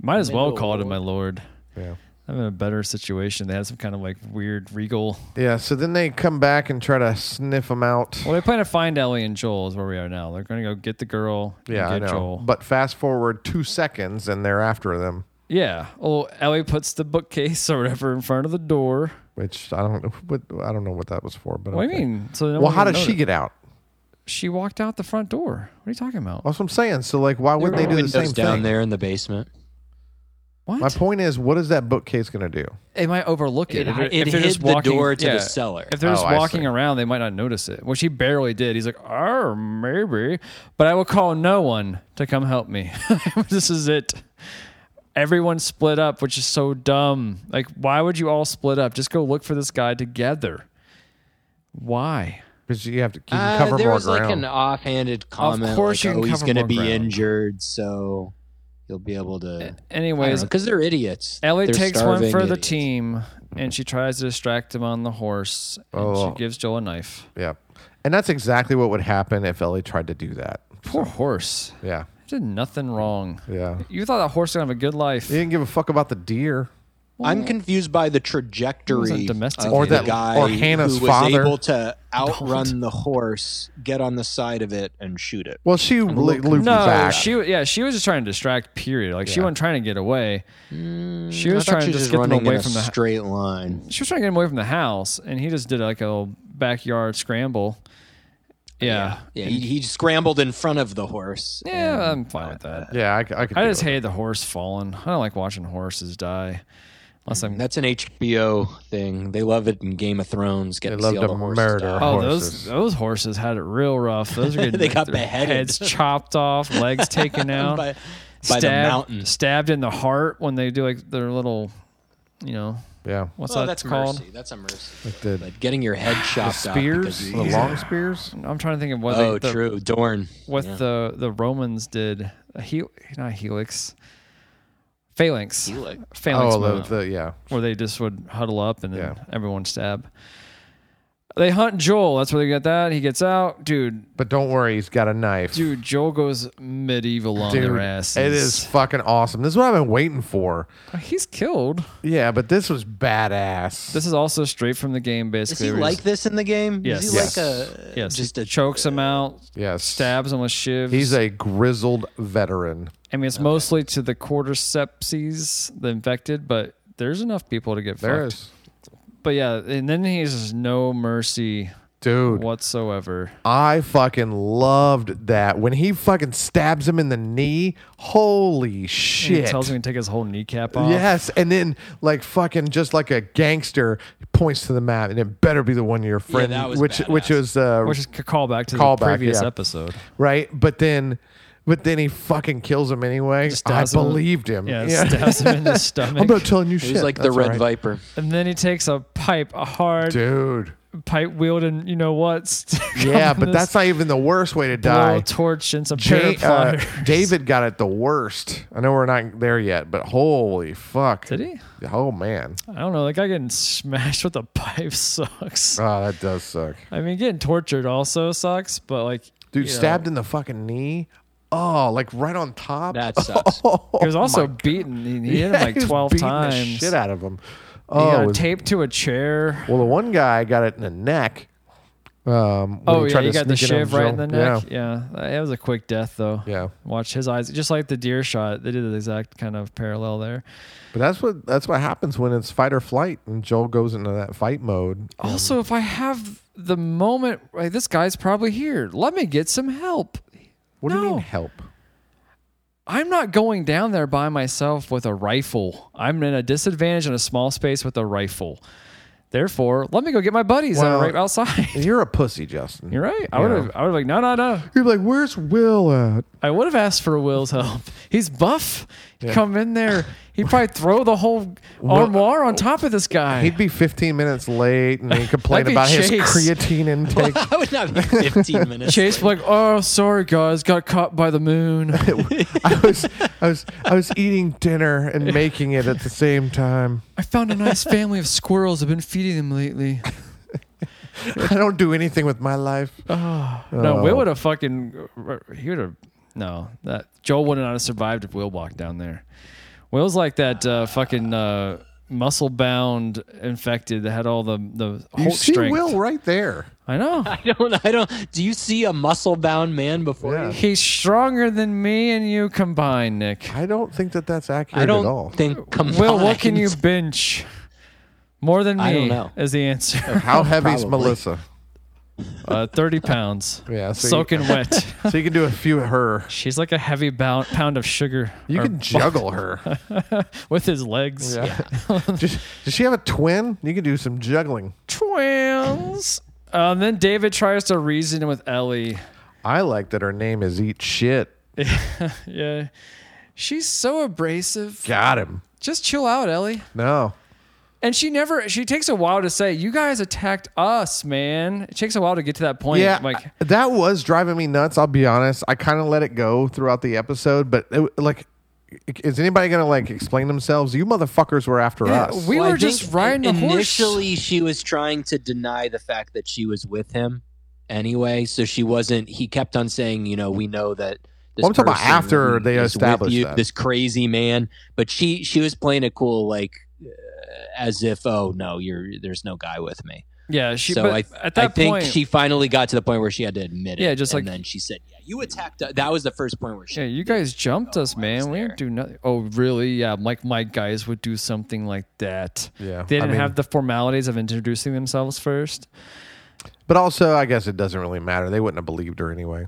A: Might as
C: My
A: well call it a
C: lord.
A: my lord.
B: Yeah.
A: I'm in a better situation. They had some kind of like weird regal.
B: Yeah. So then they come back and try to sniff him out.
A: Well, they plan to find Ellie and Joel is where we are now. They're going to go get the girl. and
B: Yeah, I
A: get
B: know.
A: Joel.
B: But fast forward two seconds, and they're after them.
A: yeah. Oh, Ellie puts the bookcase or whatever in front of the door.
B: Which I don't know. What, I don't know what that was for. But
A: What do
B: okay.
A: you mean? So no
B: well,
A: one
B: how
A: would
B: did she
A: notice.
B: get out?
A: She walked out the front door. What are you talking about?
B: That's what I'm saying. So like, why would
A: There
B: they
A: were
B: do the
C: Windows
B: same
C: down
B: thing?
C: there in the basement.
A: What?
B: My point is, what is that bookcase going to do?
A: they might overlook it.
C: It,
A: If
C: hi-
A: they're-
C: it,
A: if they're
C: hid
A: just
C: the
A: walking-
C: door to
A: yeah.
C: the cellar.
A: If they're just
B: Oh, I see.
A: walking around, they might not notice it. Well, she barely did. He's like, oh, maybe. But I will call no one to come help me. this is it. Everyone split up, which is so dumb. Like, why would you all split up? Just go look for this guy together. Why?
B: Because you have to you can
C: Uh,
B: cover
C: there
B: more
C: was
B: ground.
C: like an offhanded comment.
A: course you
C: like,
A: can
C: oh, he's
A: cover
C: going to
A: more
C: be
A: ground."
C: injured, so you'll be able to.
A: Anyways,
C: Because they're idiots.
A: Ellie
C: They're
A: takes one
C: starving
A: for the
C: idiots.
A: team, and she tries to distract him on the horse. And
B: Oh.
A: she gives Joel a knife.
B: yeah, and that's exactly what would happen if Ellie tried to do that.
A: Poor horse.
B: Yeah,
A: Did nothing wrong.
B: yeah.
A: You thought that horse was gonna have a good life.
B: He didn't give a fuck about the deer.
C: I'm confused by the trajectory
A: Wasn't domestic.
C: of
A: Or
C: the
B: that-
C: guy
B: or Hannah's
C: who was
B: father.
C: able to outrun the horse, get on the side of it, and shoot it.
B: Well, she lo- looped
A: No,
B: back.
A: she wa- yeah, she was just trying to distract. Period. Like she
B: Yeah.
A: wasn't trying to get away. she
C: Mm, I
A: was
C: thought
A: trying
C: she
A: to
C: was
A: just get
C: just
A: them
C: running in
A: away
C: a
A: from the. hu-
C: straight line.
A: She was trying to get them away from the house, and he just did like a little backyard scramble. Yeah,
C: Yeah, he, he scrambled in front of the horse.
A: yeah, I'm fine with that.
B: yeah, I, c- I could.
A: I
B: do
A: just
B: it.
A: hated the horse falling. I don't like watching horses die, unless I'm.
C: That's an HBO thing. They love it in Game of Thrones. Get
B: They
C: to
B: love
C: see all
B: to
C: the horses
B: murder.
C: die.
A: Oh, those
B: horses.
A: those horses had it real rough. Those are getting
C: They got
A: their
C: beheaded.
A: heads chopped off, legs taken out.
C: by, by the
A: stabbed-
C: mountain.
A: Stabbed in the heart when they do like their little, you know,
B: Yeah,
A: what's
C: Well,
A: that
C: Oh, that's
A: called?
C: mercy. That's a mercy.
B: like the
C: But getting your head chopped
B: spears,
C: off.
B: the
C: because you-
B: long spears.
A: I'm trying to think of what
C: Oh,
A: they, the,
C: true. Dorn.
A: what
C: Yeah.
A: the the Romans did. A hel- not helix, phalanx,
C: Helix.
A: phalanx
B: Oh,
A: move,
B: the, the yeah.
A: where they just would huddle up and then
B: Yeah.
A: everyone stab. They hunt Joel. That's where they get that. He gets out, dude.
B: But don't worry, he's got a knife.
A: Dude, Joel goes medieval on
B: Dude,
A: their asses. Uh,
B: it is fucking awesome. This is what I've been waiting for.
A: He's killed.
B: Yeah, but this was badass.
A: This is also straight from the game,
C: Is
A: basically.
C: he
A: where
C: like this in the game?
A: Yes.
C: Is he
B: Yes.
C: like a
A: Yes,
C: just
A: he
C: a
A: chokes him out,
B: yes,
A: stabs him with shivs.
B: He's a grizzled veteran.
A: I mean, it's mostly to the quartersepses, the infected, but there's enough people to get
B: There
A: fucked.
B: is,
A: But yeah, and then he's just no mercy
B: dude.
A: whatsoever.
B: I fucking loved that when he fucking stabs him in the knee. Holy
A: And
B: shit!
A: He tells him to take his whole kneecap off.
B: yes, and then like fucking just like a gangster points to the map, and it better be the one your friend,
C: that was
B: which which
C: badass.
B: was uh,
A: Which is a callback to
B: Callback,
A: the previous
B: yeah.
A: episode.
B: right. But then, but then he fucking kills him anyway. I
A: Stabs him-
B: believed him.
A: Yeah, stabs him in the stomach.
B: I'm not telling you shit.
C: He's like the
B: That's
C: Red
B: right.
C: Viper.
A: and then he takes a pipe, a hard
B: dude.
A: pipe wielding, you know what? stick
B: Yeah,
A: on
B: but
A: this
B: that's not even the worst way to
A: blow
B: die.
A: torch and some
B: Ja-
A: paper
B: uh,
A: pliers.
B: David got it the worst. I know we're not there yet, but holy fuck!
A: Did he?
B: Oh man,
A: I don't know. That guy getting smashed with a pipe sucks.
B: oh that does suck,
A: I mean, getting tortured also sucks, but like,
B: dude.
A: you know,
B: stabbed in the fucking knee. Oh, like right on top.
C: That sucks.
A: He was also beaten. He, he hit him
B: He
A: like
B: was
A: twelve
B: beating
A: times.
B: The shit out of him.
A: he
B: Oh,
A: got
B: it was-
A: taped to a chair.
B: well, the one guy got it in the neck. Um, when
A: Oh yeah,
B: tried
A: he
B: to
A: got the
B: sneak in on
A: shiv right in
B: Joe.
A: the neck. Yeah. it was a quick death though.
B: Yeah, yeah.
A: Watch his eyes, just like the deer shot. They did the exact kind of parallel there.
B: But that's what that's what happens when it's fight or flight, and Joel goes into that fight mode.
A: Um, Also, if I have the moment, like, this guy's probably here. Let me get some help.
B: What do you
A: No.
B: mean help?
A: I'm not going down there by myself with a rifle. I'm in a disadvantage in a small space with a rifle. Therefore, let me go get my buddies that are
B: Well-
A: right outside.
B: You're a pussy, Justin.
A: You're right. I would have. I would have like, no, no, no.
B: You're like, where's Will at?
A: I would have asked for Will's help. He's buff. Come in there. He'd probably throw the whole armoire on top of this guy.
B: He'd be 15 minutes late and he'd complain
A: That'd be
B: about his
A: Chase.
B: creatine intake.
C: I would not be 15 minutes.
A: Chase would be like, oh, sorry guys, got caught by the moon.
B: I was, I was, I was eating dinner and making it at the same time.
A: I found a nice family of squirrels. I've been feeding them lately.
B: I don't do anything with my life.
A: No,
B: Oh.
A: Will would have fucking. He would have. No, that Joel would not have survived if Will walked down there. Will's like that uh, fucking uh, muscle bound infected that had all the the
B: You
A: Hulk
B: see
A: strength.
B: Will right there.
A: I know.
C: I don't. I don't. Do you see a muscle-bound man before
B: Yeah.
C: you?
A: He's stronger than me and you combined, Nick.
B: I don't think that that's accurate
C: I
B: at all.
C: don't think. Combined.
A: Will, what can you bench? More than me
C: I don't know.
A: is the answer.
B: How heavy's
C: Probably.
B: Melissa?
A: Uh, Thirty pounds,
B: Yeah, so you-
A: soaking wet.
B: So you can do a few of her.
A: She's like a heavy bound, pound of sugar.
B: You
A: or-
B: can juggle her.
A: with his legs.
B: Does- does she have a twin? You can do some juggling.
A: Twins. Uh, and then David tries to reason with Ellie.
B: I like that her name is Eat Shit.
A: Yeah, she's so abrasive.
B: Got him.
A: Just chill out, Ellie.
B: No.
A: And she never. She takes a while to say, "You guys attacked us, man." It takes a while to get to that point.
B: Yeah,
A: like
B: I- that was driving me nuts. I'll be honest. I kind of let it go throughout the episode, but it, like, is anybody gonna like explain themselves? You motherfuckers were after us.
A: we
C: Well, I
A: were
C: think
A: just riding the horse.
C: Initially, she was trying to deny the fact that she was with him anyway. So she wasn't. He kept on saying, you know, we know that. This
B: Well, I'm talking about
C: person
B: after they
C: is with
B: established
C: you,
B: that.
C: this crazy man. But she she was playing it cool, like uh, as if, oh no, you're there's no guy with me.
A: yeah. She.
C: so
A: but
C: I
A: at that
C: I think
A: point,
C: she finally got to the point where she had to admit it.
A: Yeah, just
C: and
A: like-
C: then she said, yeah, you attacked. us. That was the first point where she.
A: Yeah, you guys jumped us, man. We didn't do nothing. Oh, really? Yeah, like my guys would do something like that.
B: Yeah,
A: they
B: I
A: didn't
B: mean-
A: have the formalities of introducing themselves first.
B: but also, I guess it doesn't really matter. They wouldn't have believed her anyway.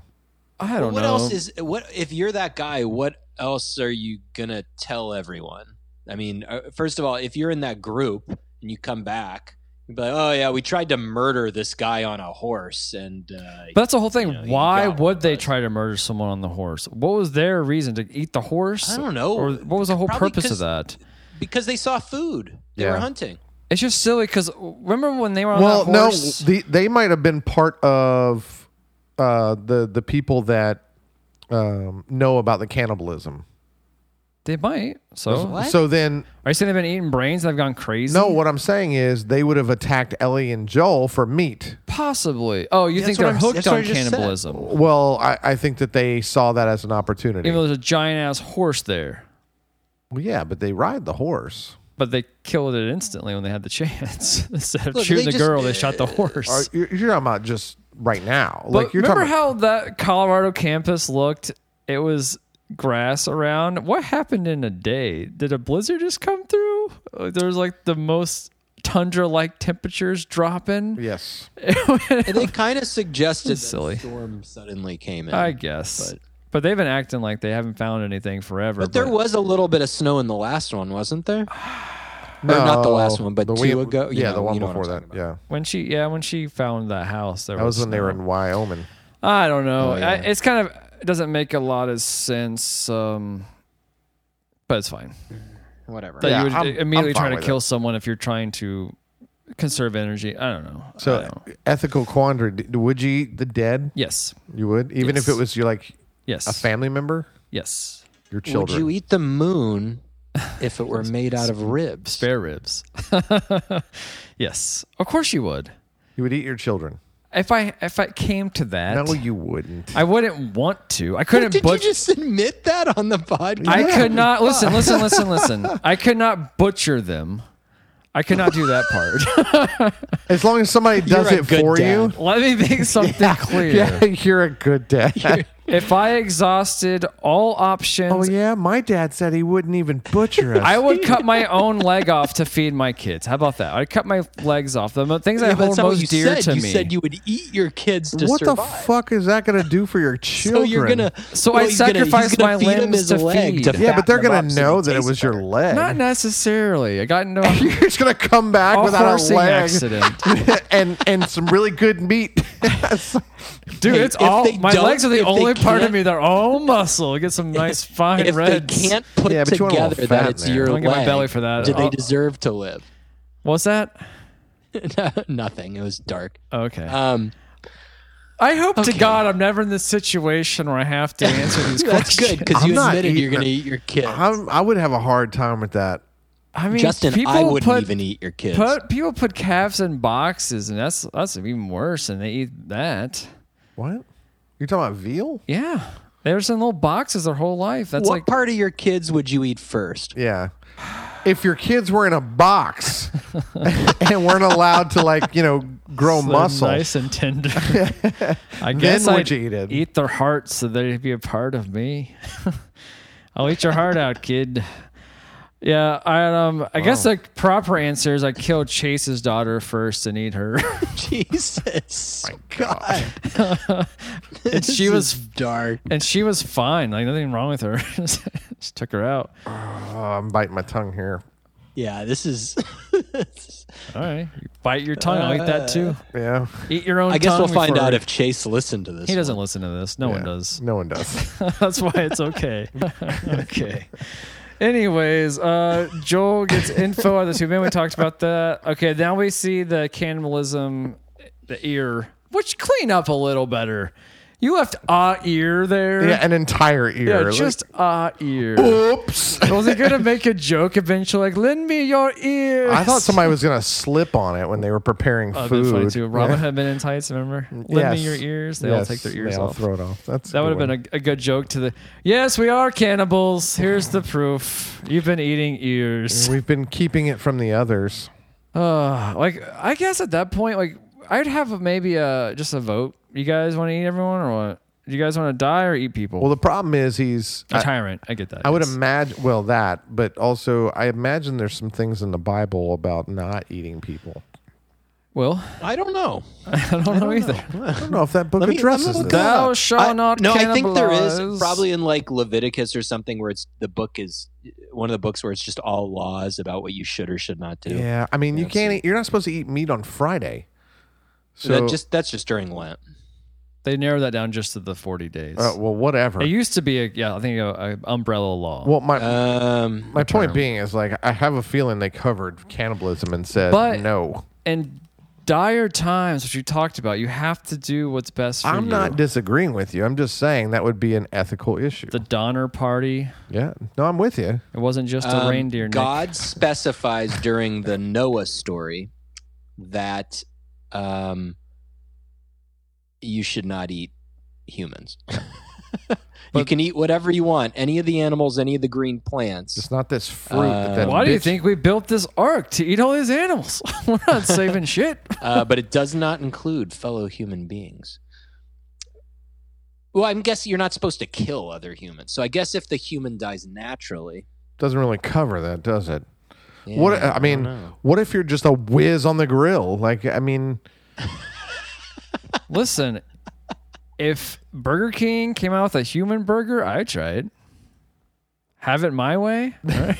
A: I don't
C: what
A: know.
C: else is what if you're that guy what else are you gonna tell everyone i mean uh, first of all if you're in that group and you come back you'd be like oh yeah we tried to murder this guy on a horse and uh,
A: but that's the whole thing.
C: you know, you
A: Why
C: got
A: would they
C: us.
A: try to murder someone on the horse? What was their reason to eat the horse?
C: I don't know.
A: Or what was the whole
C: Probably
A: purpose of
C: 'cause-
A: that?
C: because they saw food they
B: Yeah.
C: were hunting
A: It's just silly because remember when they were on
B: well,
A: that horse?
B: no, the, they might have been part of uh, the the people that um, know about the cannibalism.
A: they might. So
C: What?
B: So then,
A: are you saying they've been eating brains? and They've gone crazy.
B: no. What I'm saying is, they would have attacked Ellie and Joel for meat.
A: possibly. Oh, you think
C: what
A: they're
C: I'm-
A: hooked
C: that's what I
A: on
C: just said.
A: cannibalism?
B: Well, I, I think that they saw that as an opportunity.
A: Even though there's a giant ass horse there.
B: Well, yeah, but they ride the horse.
A: but they killed it instantly when they had the chance. Instead of
C: Look,
A: shooting
C: they
A: the
C: just-
A: girl, they shot the horse.
B: Are- You're, you're talking about just right now.
A: but
B: like you're
A: remember
B: talking.
A: how that Colorado campus looked? It was grass around. What happened in a day? Did a blizzard just come through? Uh, There was like the most tundra-like temperatures dropping.
B: yes.
C: and they kind of suggested that
A: Silly.
C: the storm suddenly came in
A: I guess. But,
C: But-
A: they've been acting like they haven't found anything forever.
C: but there was a little bit of snow in the last one wasn't there or not the last one but
B: the
C: two
B: week-
C: ago you
B: Yeah,
C: know-
B: the one
C: you know what I'm
B: before
C: talking
B: that.
C: about.
B: Yeah,
A: when she yeah when she found that house. There
B: that was
A: was
B: when they were
A: snow.
B: in Wyoming.
A: I don't know.
B: Oh,
A: I, it's kind of it doesn't make a lot of sense. Um, but it's fine.
C: whatever
A: that
B: Yeah,
A: you would
B: I'm-
A: immediately
B: I'm fine
A: try to
B: with
A: kill someone if you're trying to conserve energy. I don't know. Uh, I
B: So
A: don't know.
B: ethical quandary. D- Would you eat the dead?
A: yes,
B: You would, even if
A: Yes.
B: it was you like
A: yes,
B: a family member,
A: yes,
B: your children.
C: Would you e- eat the moon if it were made out of ribs?
A: spare ribs. yes, of course you would.
B: You would eat your children.
A: If I if I came to that,
B: No, you wouldn't.
A: I wouldn't want to. I couldn't.
C: Did you
A: butch-
C: just admit that on the podcast?
A: I could not listen, listen, listen, listen. I could not butcher them. I could not do that part.
B: as long as somebody does
C: You're a
B: it
C: good
B: for you,
A: Let me make something clear.
B: yeah, you're a good dad.
A: If I exhausted all options,
B: Oh yeah, my dad said he wouldn't even butcher us.
A: I would cut my own leg off to feed my kids. How about that? I'd cut my legs off. The mo- things I
C: Yeah, but
A: hold
C: that's not what
A: most
C: you
A: dear
C: said.
A: to
C: you
A: me.
C: said you would eat your kids to
B: what
C: survive.
B: the fuck is that going to do for your
C: So
B: children?
C: you're gonna.
A: So
C: well,
A: I
C: he's gonna- he's
A: sacrificed
C: gonna
A: my
C: feed him
A: limbs
C: his
A: to
C: leg
A: feed.
C: To
B: yeah, but
C: fatten
B: they're
C: him
B: gonna
C: up so he
B: know that it
C: tastes
B: was your
C: better.
B: leg.
A: Not necessarily. I got into a
B: you're just gonna come back
A: a
B: without a
A: horsing
B: leg
A: accident.
B: and and some really good meat.
A: Dude,
C: Hey,
A: it's
C: if
A: all
C: they
A: my
C: don't-
A: legs are
C: if
A: the
C: they
A: only part of
C: can't-
A: me that are all muscle. Get some nice fine
C: If
A: reds.
C: they can't put
B: Yeah, but you want a little
C: together
B: fat
C: that it's
B: in there.
C: your
A: Don't get my
C: leg,
A: belly for that.
C: Do they
A: I'll-
C: deserve to live?
A: What's that?
C: Nothing. It was dark.
A: Okay.
C: Um,
A: I hope to
C: okay.
A: God I'm never in this situation where I have to answer these
C: that's
A: questions.
C: good because
B: I'm
C: you
B: not
C: admitted
B: eating
C: you're gonna
B: it.
C: eat your kid.
B: I'm, I would have a hard time with that.
A: I mean,
C: Justin,
A: people
C: I wouldn't
A: put,
C: even eat your kids.
A: put people put calves in boxes, and that's that's even worse. And they eat that.
B: What? You're talking about veal?
A: Yeah, they were in little boxes their whole life. That's
C: what
A: like
C: part of your kids would you eat first?
B: Yeah. If your kids were in a box and weren't allowed to like you know grow
A: so
B: muscle,
A: nice and tender. I guess
B: would
A: I
B: you eat it?
A: eat their hearts so they'd be a part of me. I'll eat your heart out, kid. Yeah, I um, I guess the proper answer is I kill Chase's daughter first and eat her.
C: Jesus, God,
A: and she was
C: dark.
A: and she was fine. Like nothing wrong with her. Just took her out.
B: Oh, I'm biting my tongue here.
C: Yeah, this is.
A: All right, you bite your tongue. I'll eat that too.
B: Yeah.
A: Eat your own.
C: I guess
A: tongue
C: we'll find
A: before-
C: out if Chase listened to this.
A: he doesn't listen to this. No one
B: Yeah.
A: does.
B: No one does.
A: That's why it's okay. okay. Anyways, uh, Joel gets info on the two men. We talked about that. Okay, now we see the cannibalism, the ear, which clean up a little better. You left a ear there.
B: yeah, an entire
A: Yeah,
B: ear. like-
A: just a ear.
B: oops.
A: Was he gonna make a joke eventually? Like, lend me your ear.
B: I thought somebody was gonna slip on it when they were preparing
A: Oh, that'd be funny
B: food.
A: too. Robin
B: Yeah.
A: Hood men in tights. Remember, lend me
B: Yes.
A: your ears. They all
B: Yes,
A: take their
B: they
A: ears
B: all
A: off.
B: Throw it off. That's
A: That would have been a, a good joke to the. Yes, we are cannibals. Here's the proof. You've been eating ears.
B: We've been keeping it from the others.
A: Uh, like I guess at that point, like I'd have a, maybe a just a vote. You guys want to eat everyone or what? Do you guys want to die or eat people?
B: Well, the problem is he's.
A: a
B: I,
A: tyrant. I get that.
B: I would
A: yes.
B: imagine. Well, that, but also I imagine there's some things in the Bible about not eating people.
A: Well,
C: I don't know.
A: I don't, know either.
B: I don't know if that book
C: Let me-
B: addresses
C: let me look
B: this.
C: that
A: Thou
C: up.
A: shalt
C: I-
A: not
C: No, I think there is
A: cannibalize.
C: probably in like Leviticus or something where it's the book is one of the books where it's just all laws about what you should or should not do.
B: Yeah, I mean, you
C: That's
B: can't.
C: it.
B: Eat, you're not supposed to eat meat on Friday.
C: So
B: So
C: that just that's just during Lent.
A: They narrow that down just to the forty days.
B: uh, well, whatever.
A: it used to be a yeah, I think a, a umbrella law.
B: well, my
C: Um,
B: my point being is like I have a feeling they covered cannibalism and said
A: But-
B: no.
A: in dire times, which you talked about, you have to do what's best for
B: I'm
A: you.
B: not disagreeing with you. I'm just saying that would be an ethical issue.
A: the Donner Party.
B: yeah, no, I'm with you.
A: It wasn't just a
C: um,
A: reindeer. Nick.
C: God specifies during the Noah story that um, you should not eat humans. you
A: But-
C: can eat whatever you want, any of the animals, any of the green plants.
B: It's not this fruit. that
C: Uh,
B: that
A: Why do you
B: bitch-
A: think we built this ark to eat all these animals? We're not saving shit.
C: uh, but it does not include fellow human beings. Well, I'm guessing you're not supposed to kill other humans. So I guess if the human dies naturally,
B: doesn't really cover that, does it?
C: yeah,
B: What I
C: don't
B: mean,
C: know.
B: what if you're just a whiz on the grill? Like, I mean,
A: Listen, if Burger King came out with a human burger, I try it. Have it my way. All right.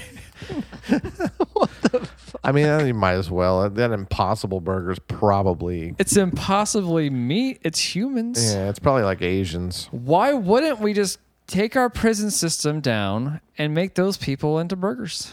B: I mean, you might as well. That Impossible Burger's probably
A: It's impossibly meat. It's humans.
B: yeah, it's probably like Asians.
A: Why wouldn't we just take our prison system down and make those people into burgers?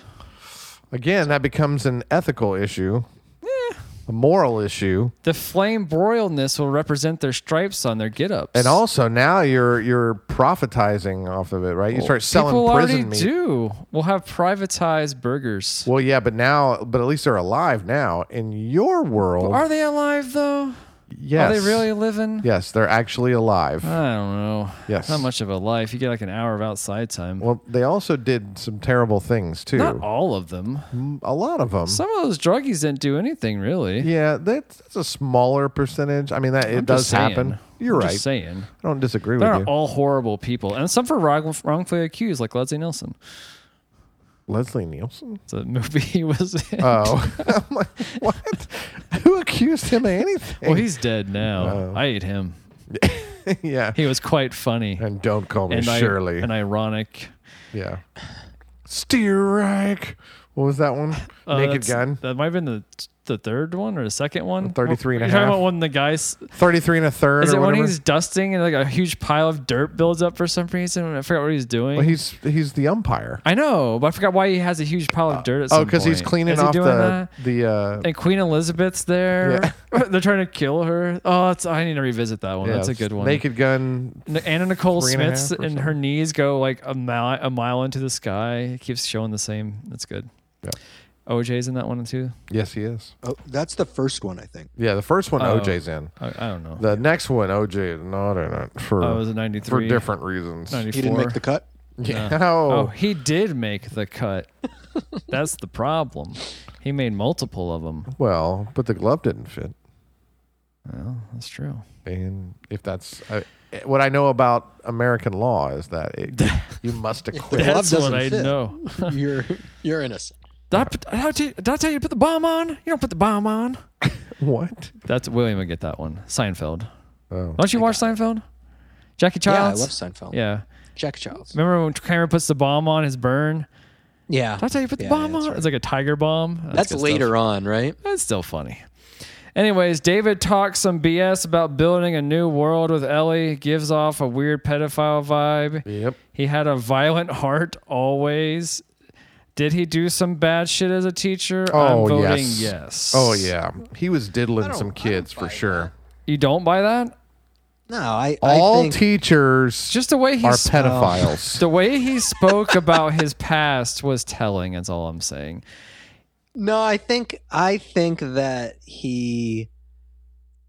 B: Again, that becomes an ethical issue,
A: Eh.
B: a moral issue,
A: The flame broiledness will represent their stripes on their get-ups.
B: and also now you're you're profitizing off of it, right? You start selling
A: people already
B: prison meat.
A: do. We'll have privatized burgers.
B: Well, yeah, but now, but at least they're alive now in your world.
A: Are they alive Uh. though?
B: Yes.
A: Are they really living?
B: Yes, they're actually alive.
A: I don't know.
B: Yes.
A: Not much of a life. You get like an hour of outside time.
B: Well, they also did some terrible things too.
A: Not all of them.
B: Mm, a lot of them.
A: Some of those druggies didn't do anything really.
B: yeah, that's, that's a smaller percentage. I mean, that it
A: I'm
B: does
A: just saying.
B: happen. You're
A: I'm
B: right.
A: Just saying.
B: I don't disagree
A: They're
B: with you.
A: not all horrible people, and some for wrong, wrongfully accused, like Leslie Nielsen.
B: Leslie Nielsen.
A: It's a movie he was in.
B: Oh, I'm like, what? Who accused him of anything?
A: well, he's dead now. I hate him.
B: yeah.
A: He was quite funny
B: and don't call me
A: and I-
B: Shirley.
A: and ironic.
B: yeah. Steer Reich. What was that one?
A: Uh,
B: Naked
A: that's-
B: Gun.
A: That might have been the the third one or the second one.
B: 33 and a
A: You're talking
B: half.
A: about when the guy's
B: 33 and a third
A: is
B: or
A: it when
B: whatever.
A: he's dusting and like a huge pile of dirt builds up for some reason? I forgot what he's doing.
B: well, he's he's the umpire.
A: I know, but I forgot why he has a huge pile of dirt at some
B: Oh, because he's
A: point.
B: cleaning
A: Is he
B: off the
A: doing that?
B: the uh,
A: And Queen Elizabeth's there. They're trying to kill her. Oh, that's, I need to revisit that one.
B: yeah,
A: that's a good one.
B: Naked Gun.
A: N- Anna Nicole
B: Three and a half
A: Smith's
B: or
A: and her knees go like a mile a mile into the sky. It keeps showing the same. That's good.
B: Yeah.
A: OJ's in that one too.
B: Yes, he is.
C: Oh, that's the first one, I think.
B: Yeah, the first one
A: Oh.
B: OJ's in.
A: I, I don't know.
B: The next one OJ is not in it for
A: Oh, it was a 93.
B: for different reasons.
A: 94.
C: He didn't make the cut.
B: Yeah.
A: Oh, he did make the cut. That's the problem. He made multiple of them.
B: Well, but the glove didn't fit.
A: Well, that's true.
B: And if that's uh, what I know about American law is that it, you must acquit.
C: glove
A: That's what
C: doesn't
A: I
C: fit.
A: know.
C: You're you're innocent.
A: Did I, put- did I tell you, did I tell you to put the bomb on? You don't put the bomb on.
B: what?
A: That's William would get that one. Seinfeld.
B: Oh.
A: Don't you watch Seinfeld? Jackie
C: Yeah, I
A: Childs.
C: love Seinfeld.
A: Yeah.
C: Jack Charles.
A: Remember when Kramer puts the bomb on his burn?
C: Yeah,
A: Did I tell you to put the
C: Yeah,
A: bomb
C: that's
A: on?
C: right.
A: It's like a tiger bomb.
C: that's
A: good
C: later
A: stuff.
C: on, right?
A: That's still funny. Anyways, David talks some BS about building a new world with Ellie, gives off a weird pedophile vibe.
B: Yep.
A: He had a violent heart always. Did he do some bad shit as a teacher?
B: Oh
A: I'm voting
B: yes.
A: yes.
B: Oh yeah. He was diddling
C: don't-
B: some
C: I
B: kids
C: don't
B: for
C: buy
B: sure.
A: You don't buy that?
C: No, I. I
B: All
C: think,
B: teachers
A: Just uh, the way he
B: are
A: sp-
B: pedophiles.
A: the way he spoke about his past was telling, is all I'm saying.
C: No, I think I think that he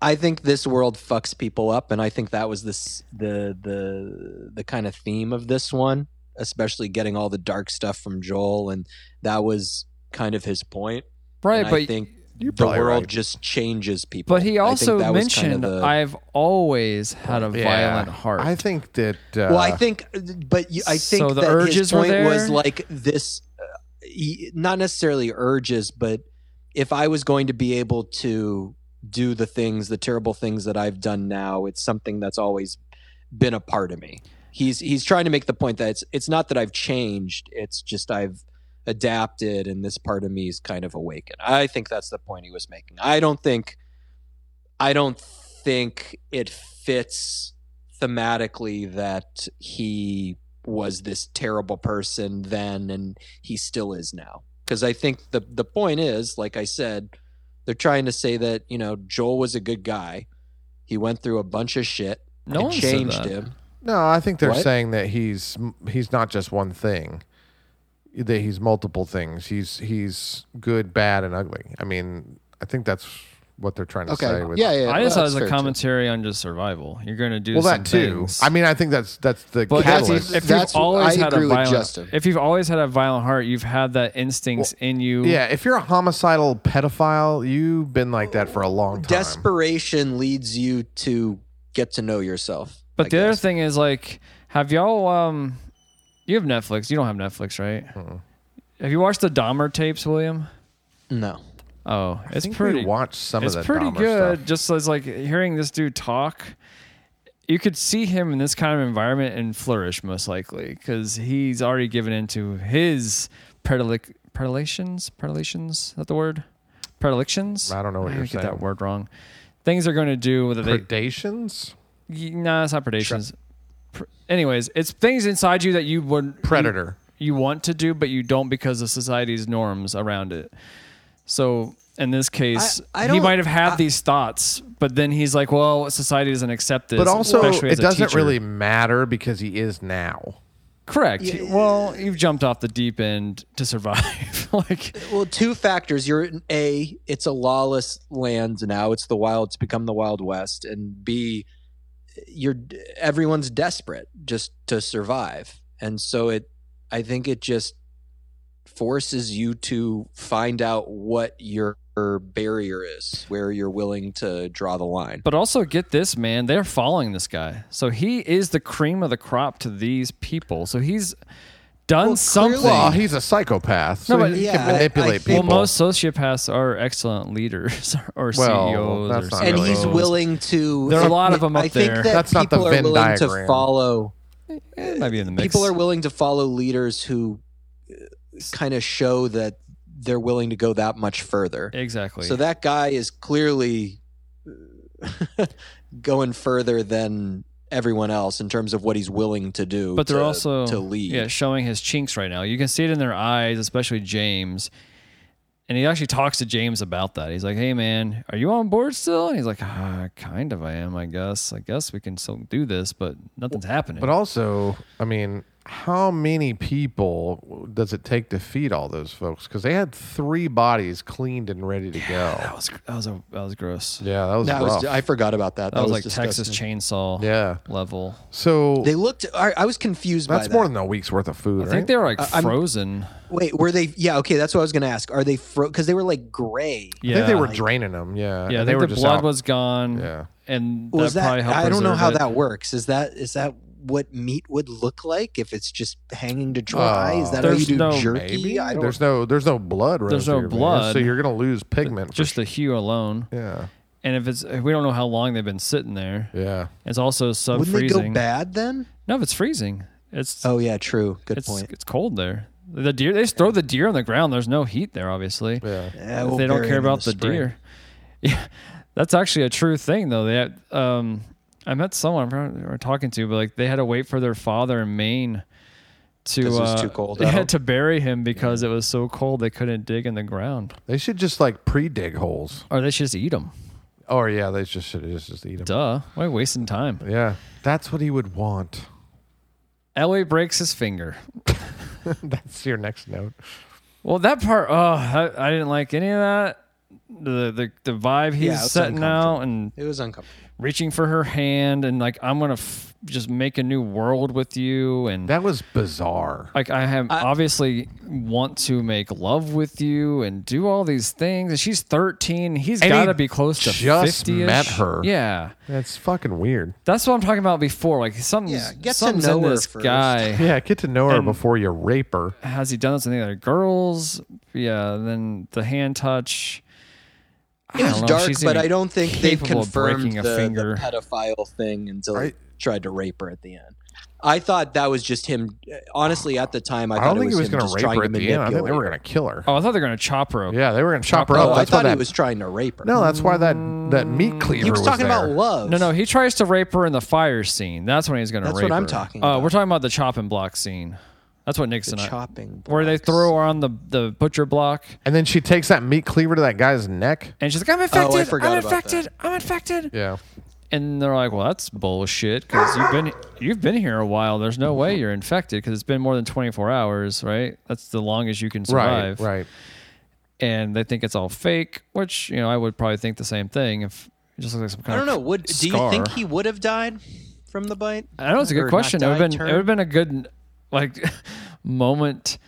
C: I think this world fucks people up and I think that was this the the the kind of theme of this one, especially getting all the dark stuff from Joel and that was kind of his point.
A: Right,
C: And
A: but
C: I think
B: You're
C: the
B: probably
C: world
B: right.
C: just changes people.
A: but he
C: I think
A: also
C: that was kind of
A: mentioned
C: the-
A: I've always had a
B: Yeah.
A: violent heart.
B: I think that. Uh,
C: well, I think, but you, I
A: So
C: think
A: the
C: that his
A: urges were
C: point was
A: there?
C: like this, uh, he- not necessarily urges, but if I was going to be able to do the things, the terrible things that I've done now, it's something that's always been a part of me. He's he's trying to make the point that it's it's not that I've changed, it's just I've adapted, and this part of me is kind of awakened. I think that's the point he was making. I don't think, I don't think it fits thematically that he was this terrible person then and he still is now because i think the the point is like i said they're trying to say that you know joel was a good guy he went through a bunch of shit
A: no
C: it
A: one said
C: changed
A: that.
C: him
B: No, I think they're
C: What?
B: saying that he's he's not just one thing. That he's multiple things. He's he's good, bad, and ugly. I mean, I think that's what they're trying to say. With,
A: I just thought it
C: that's
A: was a
C: fair,
A: commentary on just survival. You're going to do
B: Well,
A: some
B: that too.
A: things.
B: I mean, I think that's that's the
A: but that's,
B: catalyst.
A: if
D: That's-
A: you've always
D: I
A: had
D: agree
A: a
D: with
A: violent,
D: Justin.
A: if you've always had a violent heart, you've had that instincts in you.
B: yeah, if you're a homicidal pedophile, you've been like that for a long
C: too.
B: time.
C: desperation leads you to get to know yourself
A: But
C: I
A: the other
C: guess.
A: thing is like, have y'all um, you have Netflix? You don't have Netflix, right? Have you watched the Dahmer tapes, William?
C: no
A: Oh,
B: I
A: it's
B: think
A: pretty.
B: We watched some
A: it's
B: of the
A: pretty
B: Dahmer
A: good.
B: stuff.
A: Just as like hearing this dude talk, you could see him in this kind of environment and flourish most likely because he's already given into his predilec- predilections. Predilections, is that the word? Predilections.
B: I don't know what
A: I
B: you're
A: get
B: saying.
A: that word wrong. Things are going to do that they
B: Predations,
A: Y- Nah, it's not predations. Pr- anyways, it's things inside you that you would
B: predator.
A: you, you want to do, but you don't because of society's norms around it. So in this case,
C: I
A: he
C: don't-
A: might have had
C: I-
A: these thoughts, but then he's like, "Well, society doesn't accept this."
B: But also,
A: especially as
B: it
A: a
B: doesn't
A: teacher.
B: really matter because he is now.
A: Correct. Well, you've jumped off the deep end to survive. like
C: Well, two factors. You're in A, it's a lawless land now. It's the wild, it's become the Wild West. And B, you're everyone's desperate just to survive. And so it I think it just forces you to find out what your barrier is, where you're willing to draw the line.
A: But also get this, man, they're following this guy. So he is the cream of the crop to these people. So he's done
C: Well,
A: something.
C: clearly-
B: Well, he's a psychopath. So
A: No, but-
B: he
C: Yeah,
B: can
C: I- I
B: manipulate
C: think-
A: well,
B: people.
A: most sociopaths are excellent leaders or
B: Well,
A: CEOs
B: that's
A: or
B: not
C: and
B: really.
C: he's
A: CEOs.
C: willing to
A: There are a lot of them up
C: I think
A: there.
C: that
B: That's not the
C: people
B: Venn
C: are willing to
B: diagram.
C: follow
A: Eh, might be in the mix.
C: people are willing to follow leaders who kind of show that they're willing to go that much further.
A: exactly.
C: So that guy is clearly uh, going further than everyone else in terms of what he's willing to do.
A: but they're
C: to-
A: also
C: to lead.
A: yeah showing his chinks right now. You can see it in their eyes, especially James. And he actually talks to James about that. He's like, "Hey, man, are you on board still?" And he's like, ah, "Kind of, I am, I guess. I guess we can still do this, but nothing's happening."
B: But also, I mean, how many people does it take to feed all those folks? Because they had three bodies cleaned and ready to
A: That
B: go.
A: was that was a, that was gross.
B: Yeah, that was
C: That
B: rough.
C: was, I forgot about that. That,
A: That, was, like Texas
C: disgusting.
A: Chainsaw
B: yeah.
A: level.
B: So
C: They looked. I, I was confused
B: that's
C: by
B: more
C: that.
B: than a week's worth of
A: I
B: food, right?
A: think they were like
C: I'm-
A: frozen.
C: Wait, were they? Yeah, okay. That's what I was going to ask. Are they fro? Because they were like gray.
A: Yeah,
B: I think they were draining them. Yeah.
A: Yeah, I
B: And
A: think
B: were
A: the
B: just
A: blood
B: out-
A: was gone.
B: Yeah.
A: and
C: Was
A: that,
C: that?
A: probably helped.
C: I don't know
A: preserve
C: how
A: it.
C: that works. Is that is that what meat would look like if it's just hanging to dry? is that how you
A: There's
C: do
A: no-
C: jerky?
B: Maybe.
C: I don't.
B: There's no there's no blood running
A: There's no
B: through your veins,
A: blood.
B: so you're gonna lose pigment. for
A: Just the hue alone,
B: sure. yeah.
A: and if it's we don't know how long they've been sitting there.
B: Yeah.
A: It's also sub
C: Wouldn't they go
A: freezing.
C: bad then?
A: No, if it's freezing, it's
C: Oh yeah, true. Good
A: it's
C: point.
A: it's cold there. The deer they just throw the deer on the ground. There's no heat there, obviously.
B: Yeah.
C: Yeah,
A: if
C: we'll
A: they don't
C: bury
A: care
C: him in
A: about the,
C: spring.
A: deer. Yeah, that's actually a true thing though. They had, um, I met someone I forgot who we were talking to, but like they had to wait for their father in Maine to
C: 'Cause it was
A: uh,
C: too cold
A: yeah,
C: out.
A: to bury him because it was so cold they couldn't dig in the ground,
B: They should just like pre dig holes.
A: or they should just eat him.
B: Or yeah, they just should just, just eat them.
A: Duh, why wasting time?
B: Yeah. That's what he would want.
A: Elway breaks his finger.
B: That's your next note.
A: Well, that part, oh, I, I didn't like any of that. The the, the vibe he's
C: Yeah, it's
A: setting out and
C: It was uncomfortable.
A: reaching for her hand and like I'm gonna f- just make a new world with you and
B: That was bizarre.
A: like I have obviously want to make love with you and do all these things. And she's 13. He's
B: And he
A: got to be close to
B: just
A: 50
B: met her.
A: Yeah,
B: That's fucking weird.
A: that's what I'm talking about before. Like something,
C: Yeah, get to
A: something's
C: know
A: in
C: her
A: this
C: first.
A: guy.
B: Yeah, get to know her before you rape her.
A: Has he done this with any other girls? Yeah. Then the hand touch.
C: It was
A: don't know if
C: dark,
A: she's
C: but
A: even
C: I don't think they've
A: capable of
C: confirmed
A: breaking
C: the,
A: a
C: the
A: finger.
C: pedophile thing until
B: I-
C: he tried to rape her at the end. I thought that was just him. Honestly, at the time, I,
B: I
C: thought
B: don't think
C: it was,
B: he was
C: him
B: going to
C: just
B: rape
C: trying
B: her at
C: to
B: the end. I think they
C: manipulate
B: were going to kill her.
A: Oh, I thought they were gonna chop her.
B: Yeah, they were going to chop her
A: Oh,
B: up.
C: Oh, I
B: That's why
C: thought he
B: that.
C: was trying to rape her.
B: no, that's why that that meat cleaver
C: he was talking
B: there.
C: about love.
A: No, no, he tries to rape her in the fire scene. That's when he's gonna
C: That's
A: rape
C: what I'm
A: her.
C: talking
A: Uh,
C: about.
A: We're talking about the chop and block scene. That's what Nixon.
C: the chopping.
A: where they
C: blocks.
A: throw her on the, the butcher block
B: And then she takes that meat cleaver to that guy's neck.
A: and she's like, I'm infected.
C: forgot
A: I'm
C: about that.
A: infected. I'm infected.
B: Yeah.
A: And they're like, well, that's bullshit because you've been, you've been here a while. There's no way you're infected because it's been more than 24 hours, right? That's the longest you can survive.
B: Right. Right.
A: And they think it's all fake, which, you know, I would probably think the same thing if it just looks like some kind
C: I don't
A: of
C: know. Would do you
A: scar.
C: think he would have died from the bite?
A: I don't know. It's a
C: Or
A: good
C: not
A: question. It would have
C: died,
A: been, it
C: turned?
A: would have been a good, like, moment.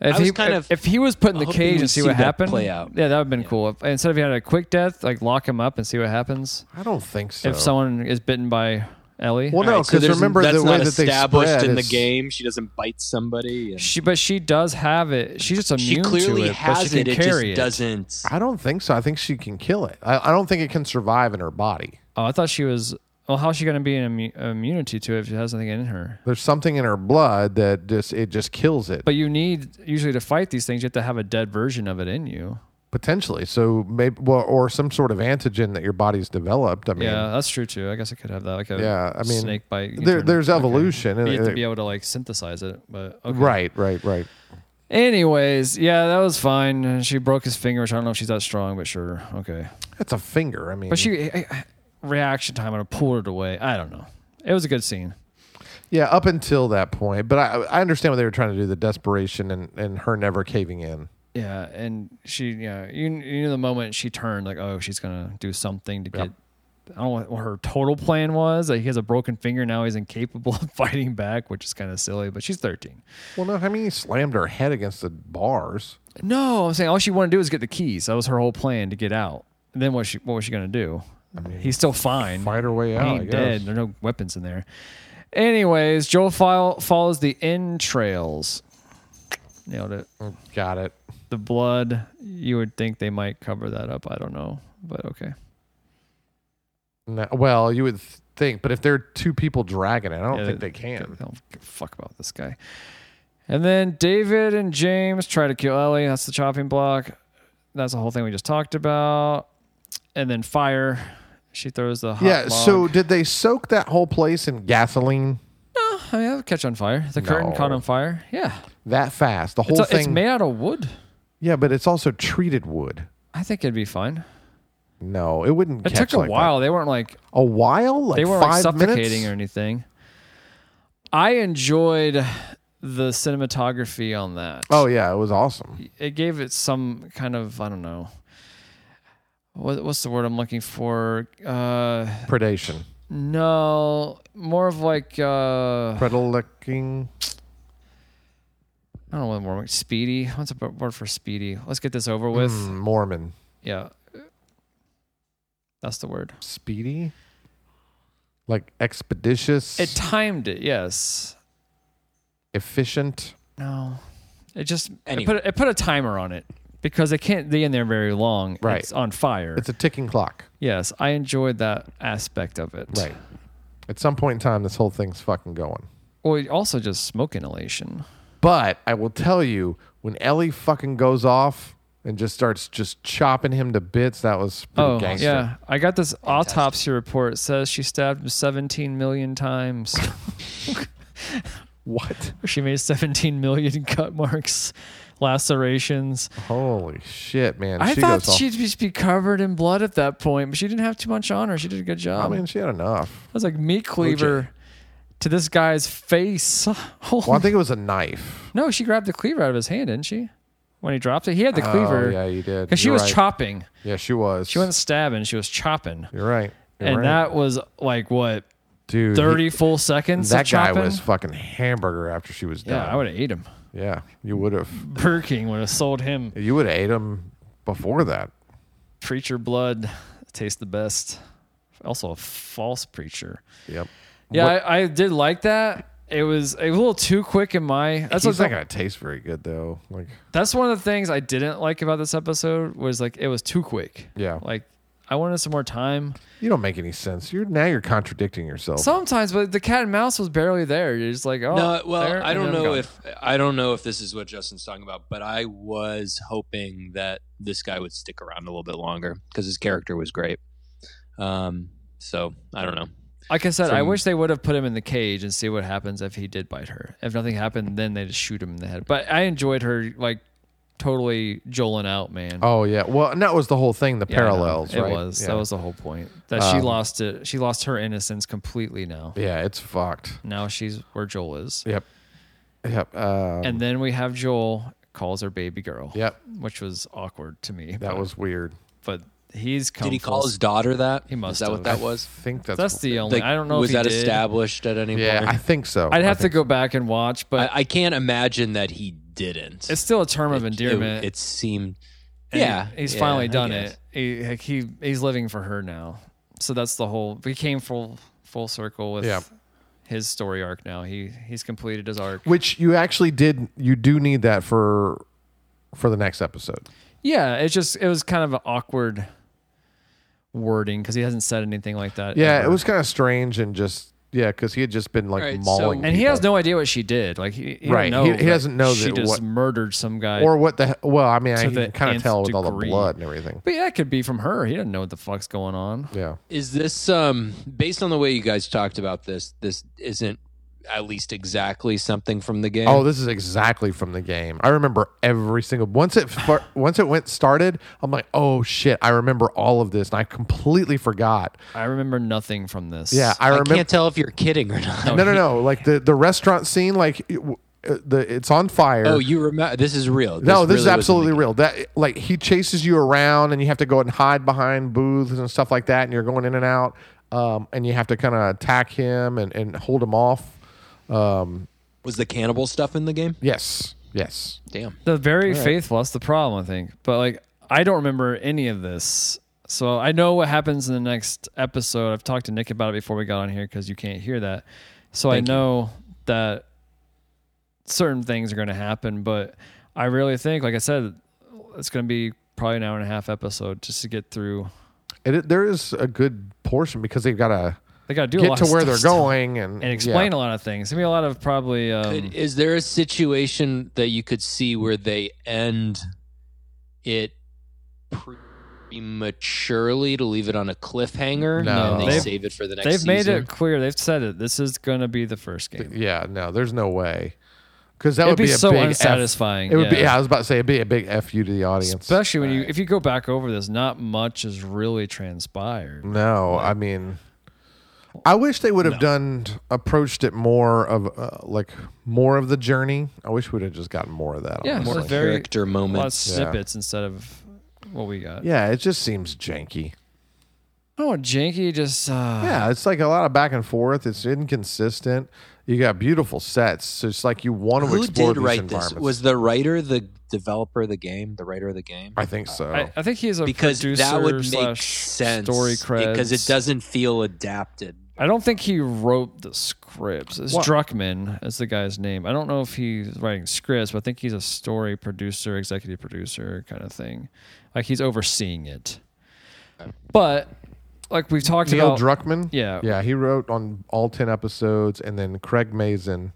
A: If
C: I was
A: he,
C: kind
A: if,
C: of
A: if he was put in the
C: hoping
A: cage
C: we'd
A: and see,
C: see
A: what
C: that
A: happened,
C: play out.
A: yeah, that would have been cool. If, instead of he had a quick death, like lock him up and see what happens.
B: I don't think so.
A: If someone is bitten by Ellie,
B: well,
C: All
B: no,
C: right, so
B: because
C: there's-
B: remember
C: that's
B: the way
C: not
B: that they
C: established
B: spread
C: in the
B: is-
C: game. She doesn't bite somebody. and-
A: she but she does have it. She's just
C: she
A: immune
C: clearly
A: to it,
C: has
A: but she
C: it.
A: can
C: It just
A: carry it.
C: doesn't.
B: I don't think so. I think she can kill it. I, I don't think it can survive in her body.
A: Oh, I thought she was. Well, how's she going to be an immu- immunity to it if she has nothing in her?
B: There's something in her blood that just it just kills it.
A: But you need usually to fight these things. You have to have a dead version of it in you.
B: potentially so maybe well, or some sort of antigen that your body's developed i mean
A: Yeah, that's true too. I guess I could have that. Like a
B: Yeah, I mean,
A: snake bite. you can
B: there,
A: turn-
B: there's
A: okay.
B: evolution and
A: You have to
B: it-
A: be able to like synthesize it, but okay.
B: right right right
A: Anyways, yeah, that was fine. She broke his finger, which I don't know if she's that strong, but sure, okay.
B: that's a finger i mean
A: But she I- I- reaction time, and I pulled it away. I don't know. It was a good scene.
B: Yeah, up until that point, but I, I understand what they were trying to do—the desperation and, and her never caving in.
A: Yeah, and she, you know, you, you knew the moment she turned, like, oh, she's gonna do something to get. I don't know what- what her total plan was. Like he has a broken finger now; he's incapable of fighting back, which is kind of silly. But she's thirteen.
B: Well, no, I mean he slammed her head against the bars.
A: No, I'm saying all she wanted to do was get the keys. That was her whole plan to get out. And then what she what was she gonna do? he's still fine.
B: Fight her way out.
A: He
B: Oh, I
A: ain't
B: guess.
A: dead. There are no weapons in there. Anyways, Joel file, follows the entrails. Nailed it.
B: Oh, Got it.
A: The blood. You would think they might cover that up. I don't know, but okay.
B: No, well, you would th- think, but if there are two people dragging it, I don't
A: Yeah,
B: think they
A: I
B: can.
A: don't give a fuck about this guy. And then David and James try to kill Ellie. That's the chopping block. That's the whole thing we just talked about. And then fire. She throws the hot
B: Yeah.
A: log.
B: So did they soak that whole place in gasoline
A: I mean, that would catch on fire. The curtain
B: No.
A: caught on fire. Yeah,
B: that fast? The whole
A: it's,
B: thing.
A: it's made out of wood.
B: yeah, but it's also treated wood.
A: I think it'd be fine.
B: No, it wouldn't.
A: It
B: catch
A: took a
B: like that.
A: while. They weren't like
B: A while? Like
A: they weren't like
B: five
A: suffocating
B: minutes?
A: or anything. I enjoyed the cinematography on that.
B: Oh yeah, it was awesome.
A: it gave it some kind of I don't know. What, what's the word I'm looking for? Uh,
B: Predation.
A: no, more of like uh, I
B: Predilecting.
A: don't know what more speedy. What's a word for speedy? Let's get this over with.
B: Mm, Mormon.
A: Yeah, that's the word.
B: Speedy. Like expeditious.
A: It timed it. Yes.
B: efficient.
A: No. It just
C: Anyway.
A: it put it put a timer on it because it can't be in there very long.
B: Right.
A: It's on fire.
B: It's a ticking clock.
A: yes, I enjoyed that aspect of it.
B: Right. At some point in time, this whole thing's fucking going.
A: Well, also just smoke inhalation.
B: But I will tell you, when Ellie fucking goes off and just starts just chopping him to bits, that was pretty
A: Oh
B: gangster.
A: yeah, I got this autopsy report. It says she stabbed him 17 million times.
B: What?
A: she made 17 million cut marks, lacerations.
B: Holy shit, man.
A: I
B: she
A: thought
B: goes off.
A: she'd just be covered in blood at that point, but she didn't have too much on her. She did a good
B: I
A: job.
B: mean, she had enough.
A: That was like meat cleaver to this guy's face. Holy-
B: Well, I think it was a knife.
A: no, she grabbed the cleaver out of his hand, didn't she? When he dropped it, he had the
B: Oh,
A: cleaver
B: yeah, you did.
A: because she
B: You're
A: was
B: right.
A: chopping.
B: Yeah, she was.
A: She wasn't stabbing; she was chopping,
B: You're right. You're
A: and
B: right.
A: that was like what
B: dude,
A: thirty
B: he-
A: full seconds. of
B: that guy
A: chopping?
B: was fucking hamburger after she was
A: Yeah,
B: done.
A: I would have ate him.
B: yeah, you would have.
A: Burger King would have sold him.
B: You would have ate him before that.
A: Preacher blood tastes the best. Also, a false preacher.
B: Yep.
A: Yeah,
B: What-
A: I, I did like that. It was a little too quick in my. That's
B: He's
A: what
B: not gonna taste very good though. Like,
A: That's one of the things I didn't like about this episode was like it was too quick.
B: yeah,
A: Like I wanted some more time.
B: you don't make any sense. You're now you're contradicting yourself.
A: Sometimes, but the cat and mouse was barely there. You're just like, oh,
C: no, well,
A: there,
C: I
A: and
C: don't
A: then I'm
C: know
A: gone.
C: if I don't know if this is what Justin's talking about, but I was hoping that this guy would stick around a little bit longer because his character was great. Um, so I don't know.
A: Like I said, I
C: Some-
A: wish they would have put him in the cage and see what happens if he did bite her. If nothing happened, then they just shoot him in the head. But I enjoyed her like totally joling out, man.
B: Oh yeah. Well, and that was the whole thing. The
A: Yeah, I know.
B: parallels.
A: It
B: right?
A: was
B: Yeah. Um,
A: that was the whole point that she lost it. She lost her innocence completely now.
B: Yeah, it's fucked.
A: Now she's where Joel is,
B: Yep. Yep. Uh,
A: and then we have Joel calls her baby girl.
B: yep.
A: which was awkward to me.
B: That
A: but,
B: was weird.
A: but he's come
C: Did he
A: full
C: call his daughter that?
A: He must
C: Is that what
A: have.
C: that was?
B: I think that's.
A: That's the only.
C: Like,
A: I don't know
C: Was
A: if he
C: that
A: did.
C: established at any
B: yeah, I
C: point?
B: think so.
A: I'd have
B: I
A: to
B: think
A: go back and watch, but
C: I, I can't imagine that he didn't.
A: it's still a term of
C: It-
A: endearment.
C: It, it seemed.
A: and
C: yeah,
A: he's
C: yeah,
A: finally
C: I
A: done
C: guess.
A: it. He, like, he he's living for her now. So that's the whole. We came full full circle with
B: Yeah.
A: his story arc. Now he he's completed his arc.
B: Which you actually did. You do need that for, for the next episode.
A: Yeah, it's just it was kind of an awkward wording because he hasn't said anything like that.
B: Yeah,
A: ever.
B: it was kind of strange and just yeah, because he had just been like
C: Right,
B: mauling.
A: And
C: so-
A: he
B: people.
A: has no idea what she did. Like he, he
B: Right.
A: Don't know
B: He- he
A: that
B: doesn't know
A: she
B: that
A: just
B: what-
A: murdered some guy.
B: or what the well i mean i
A: To
B: you
A: the
B: can kind of
A: nth
B: tell with all the
A: degree.
B: blood and everything
A: But yeah, it could be from her. He doesn't know what the fuck's going on.
B: yeah
C: Is this um based on the way you guys talked about this? This isn't at least exactly something from the game.
B: Oh, this is exactly from the game. I remember every single once it far, once it went started. I'm like, oh shit, I remember all of this, and I completely forgot.
A: I remember nothing from this.
B: Yeah, I
C: I,
B: remember.
C: can't tell if you're kidding or not.
B: no, no, no. Like the the restaurant scene, like it w- uh, the it's on fire.
C: Oh, you remember? This is real.
B: no, this
C: really was
B: is
C: in the
B: absolutely
C: game.
B: real. That like he chases you around, and you have to go and hide behind booths and stuff like that, and you're going in and out, um, and you have to kind of attack him and and hold him off. Um,
C: Was the cannibal stuff in the game?
B: yes, yes.
C: Damn.
A: The very faithful. That's the problem, I think. But like, I don't remember any of this. So I know what happens in the next episode. I've talked to Nick about it before we got on here because you can't hear that. So I know that certain things are going to happen, but I really think, like I said, it's going to be probably an hour and a half episode just to get through.
B: And it, there is a good portion because they've got to
A: They got to do a
B: get
A: lot
B: to
A: of
B: where
A: stuff
B: they're
A: still
B: going and,
A: and explain a lot of things. There'll be a lot of probably um,
C: Could, is there a situation that you could see where they end it prematurely to leave it on a cliffhanger
B: No.
C: and they
A: They've-
C: save it for the next
A: they've made
C: season?
A: it clear. They've said it. This is going to be the first
B: Yeah.
A: game.
B: yeah, no, there's no way because that
A: It'd
B: would
A: be
B: be, a
A: so
B: big F-
A: unsatisfying,
B: it would be.
A: yeah.
B: Yeah, I was about to say it'd be a big fu to the audience.
A: Especially when you, if you go back over this, not much has really transpired.
B: no, I mean, I wish they would have done approached it more of uh, like more of the journey. I wish we would have just gotten more of that.
A: Yeah,
B: honestly.
A: more
C: More
A: It's very-
C: character
A: A lot of
C: moments.
A: snippets instead of what we got.
B: yeah, it just seems janky.
A: Oh, janky, just uh,
B: Yeah, it's like a lot of back and forth. It's inconsistent. You got beautiful sets, so it's like you want to
C: Who
B: explore
C: did
B: these
C: write this?
B: environments.
C: Was the writer the developer of the game? The writer of the game?
B: I think so.
A: I, I think he's a
C: Because
A: producer
C: that would make
A: slash
C: sense.
A: story creds.
C: because it doesn't feel adapted.
A: I don't think he wrote the scripts. It's
B: Well-
A: Druckman is the guy's name. I don't know if he's writing scripts, but I think he's a story producer, executive producer kind of thing. Like he's overseeing it. But like we've talked
B: Neil
A: about,
B: Druckmann.
A: Yeah.
B: yeah, he wrote on all ten episodes, and then Craig Mazin,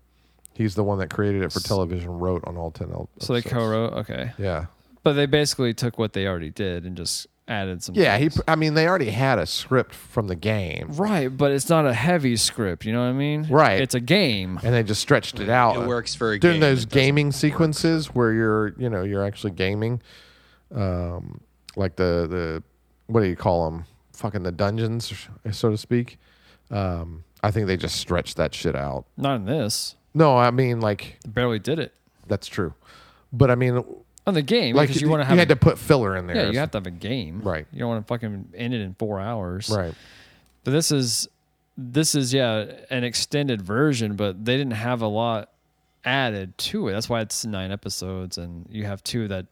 B: he's the one that created it for television, wrote on all ten. el- Episodes.
A: so they co-wrote. Okay,
B: Yeah,
A: but they basically took what they already did and just added some.
B: yeah. He,
A: things.
B: I mean, they already had a script from the game,
A: Right, but it's not a heavy script. You know what I mean?
B: Right.
A: It's a game.
B: and they just stretched it out.
C: It works for a
B: during
C: game.
B: those gaming sequences where you're, you know, you're actually gaming, um, like the the what do you call them? Fucking the dungeons, so to speak. Um, I think they just stretched that shit out.
A: Not in this.
B: No, I mean like
A: Barely did it
B: That's true. But I mean,
A: on the game
B: like
A: because you want to have
B: had
A: a-
B: to put filler in there.
A: yeah, you have to have a game.
B: Right.
A: You don't want to fucking end it in four hours.
B: right.
A: But this is this is yeah an extended version, but they didn't have a lot added to it. That's why it's nine episodes, and you have two that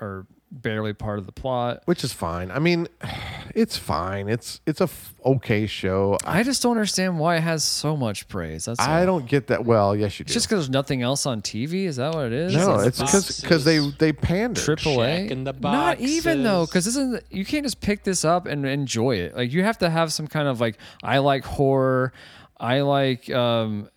A: are barely part of the plot.
B: Which is fine. I mean, it's fine. It's it's a f- okay show. I,
A: I just don't understand why it has so much praise. That's all.
B: I don't get that. Well, yes, you do.
A: It's just because there's nothing else on TV. Is that what it is?
B: no,
C: Jesus
B: it's because because they
C: boxes.
B: they pander.
A: Triple A.
C: Check in the
A: Not even though,
C: boxes.
A: because this is you can't just pick this up and enjoy it. Like you have to have some kind of like I like horror, I like um,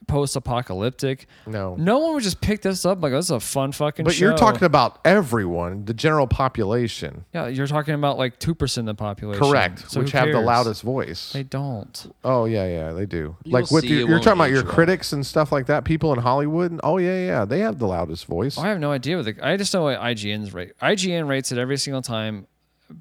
A: post-apocalyptic.
B: No.
A: no one would just pick this up like this is a fun fucking.
B: But you're
A: show."
B: talking about everyone, the general population,
A: yeah, you're talking about like two percent of the population,
B: correct?
A: So
B: which
A: who
B: have the
A: cares?
B: loudest voice.
A: They don't.
B: oh yeah, yeah, they do. like with
C: see
B: your,
C: it
B: you're
C: won't
B: talking about your
C: age well.
B: critics and stuff like that. People in Hollywood. and- Oh yeah, yeah, they have the loudest voice.
A: Oh, I have no idea what the. I just know what IGN's rate. IGN rates it every single time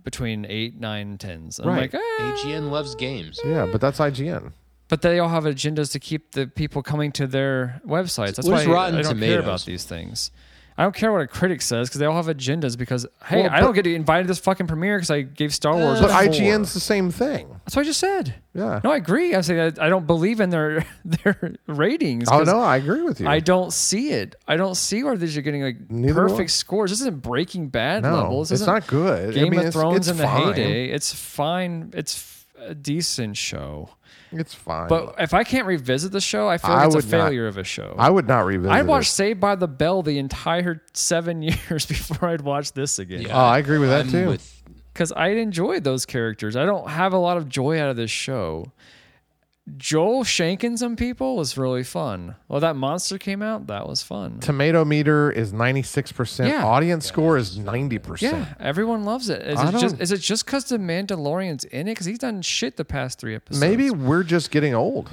A: between eight, nine, tens. And I'm
B: Right.
A: like, "Ah."
C: AGN loves games.
B: Yeah, but that's IGN.
A: But they all have agendas to keep the people coming to their websites. That's
C: What
A: why
C: is Rotten
A: I don't care
C: Tomatoes?
A: about these things. I don't care what a critic says because they all have agendas. Because hey,
B: Well,
A: I don't
B: but-
A: get invited to this fucking premiere because I gave Star Wars.
B: But
A: a four.
B: IGN's the same thing.
A: That's what I just said.
B: Yeah.
A: No, I agree. I say I, I don't believe in their their ratings.
B: Oh
A: 'cause
B: no, I agree with you.
A: I don't see it. I don't see where these are getting like
B: Neither do I.
A: perfect scores. This isn't Breaking Bad
B: No,
A: level. This
B: it's
A: isn't
B: not good. I
A: Game
B: mean,
A: of
B: it's-
A: Thrones
B: it's
A: in the
B: fine.
A: heyday. It's fine. It's f- a decent show.
B: it's fine.
A: But if I can't revisit the show, I feel
B: I
A: like it's a
B: would not-
A: failure of a show.
B: I would not revisit.
A: I watched
B: It.
A: Saved by the Bell the entire seven years before I'd watch this again
B: Oh, I agree with that
C: I'm
B: too.
C: with-
A: because I enjoyed those characters. I don't have a lot of joy out of this show. Joel shanking some people was really fun. Well, that monster came out. That was fun.
B: Tomato meter is ninety six percent.
A: Yeah.
B: Audience score is ninety percent.
A: Yeah, everyone loves it. Is
B: I
A: it just
B: don't-
A: is it just because the Mandalorian's in it? Because he's done shit the past three episodes.
B: Maybe we're just getting old.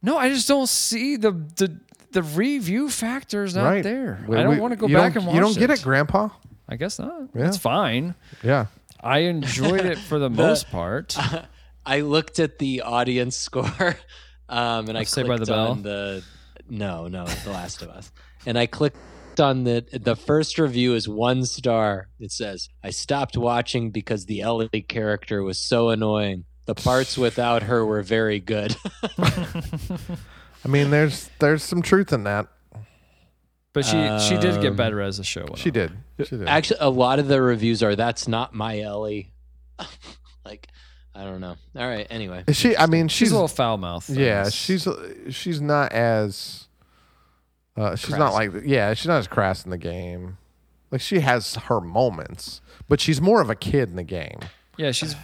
A: No, I just don't see the the the review factor is not
B: right
A: there.
B: We-
A: I don't
B: we-
A: want to go
B: you
A: back
B: don't-
A: and watch
B: You don't get it, Grandpa.
A: I guess not.
B: Yeah.
A: It's fine.
B: Yeah.
A: I enjoyed it for the most part.
C: I looked at the audience score, um, and I
A: Of Saved
C: clicked
A: by the Bell?
C: on the no, no, The Last of Us, and I clicked on the the first review is one star. It says I stopped watching because the Ellie character was so annoying. The parts without her were very good.
B: I mean, there's there's some truth in that.
A: But she she did get
C: Um,
A: better as the show went.
B: She
A: on.
B: did. She did.
C: Actually, a lot of the reviews are that's not my Ellie. like, I don't know. All right. Anyway,
B: Is she. I mean,
A: She's
B: she's.
A: a little foul mouthed.
B: yeah. She's uh, she's not as. Uh, she's not like yeah. She's not as crass in the game. Like she has her moments, but she's more of a kid in the game.
A: yeah. She's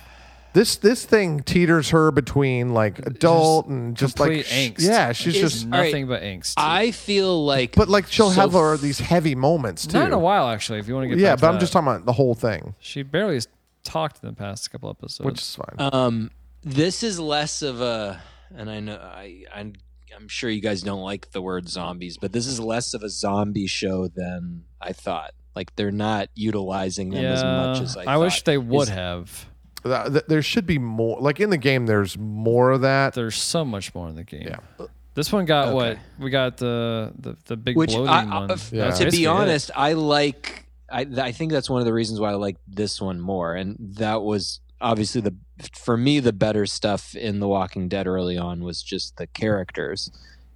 B: This this thing teeters her between like adult and just like
A: complete angst.
B: yeah. She's
C: Is-
B: just
C: All right.
A: nothing but angst.
C: I feel like,
B: but like she'll
C: so
B: have her these heavy moments too.
A: not in a uh, while actually. If you want to get
B: yeah,
A: back to
B: but I'm
A: that.
B: just talking about the whole thing,
A: She barely has talked in the past couple episodes.
B: which is fine.
C: Um, this is less of a, and I know I, I'm, I'm sure you guys don't like the word zombies, but this is less of a zombie show than I thought. Like they're not utilizing them
A: yeah,
C: as much as I. thought.
A: wish they would
C: Is-
A: have. uh,
B: Th- th- there should be more. Like in the game, there's more of that.
A: There's so much more in the game.
B: Yeah.
A: This one got
C: Okay.
A: what we got the the, the big
C: Which,
A: bloating
C: I,
A: one.
C: I, f-
B: Yeah.
C: to
A: Basically
C: be
A: it.
C: honest, I like. I, th- I think that's one of the reasons why I like this one more, and that was obviously the for me the better stuff in The Walking Dead early on was just the characters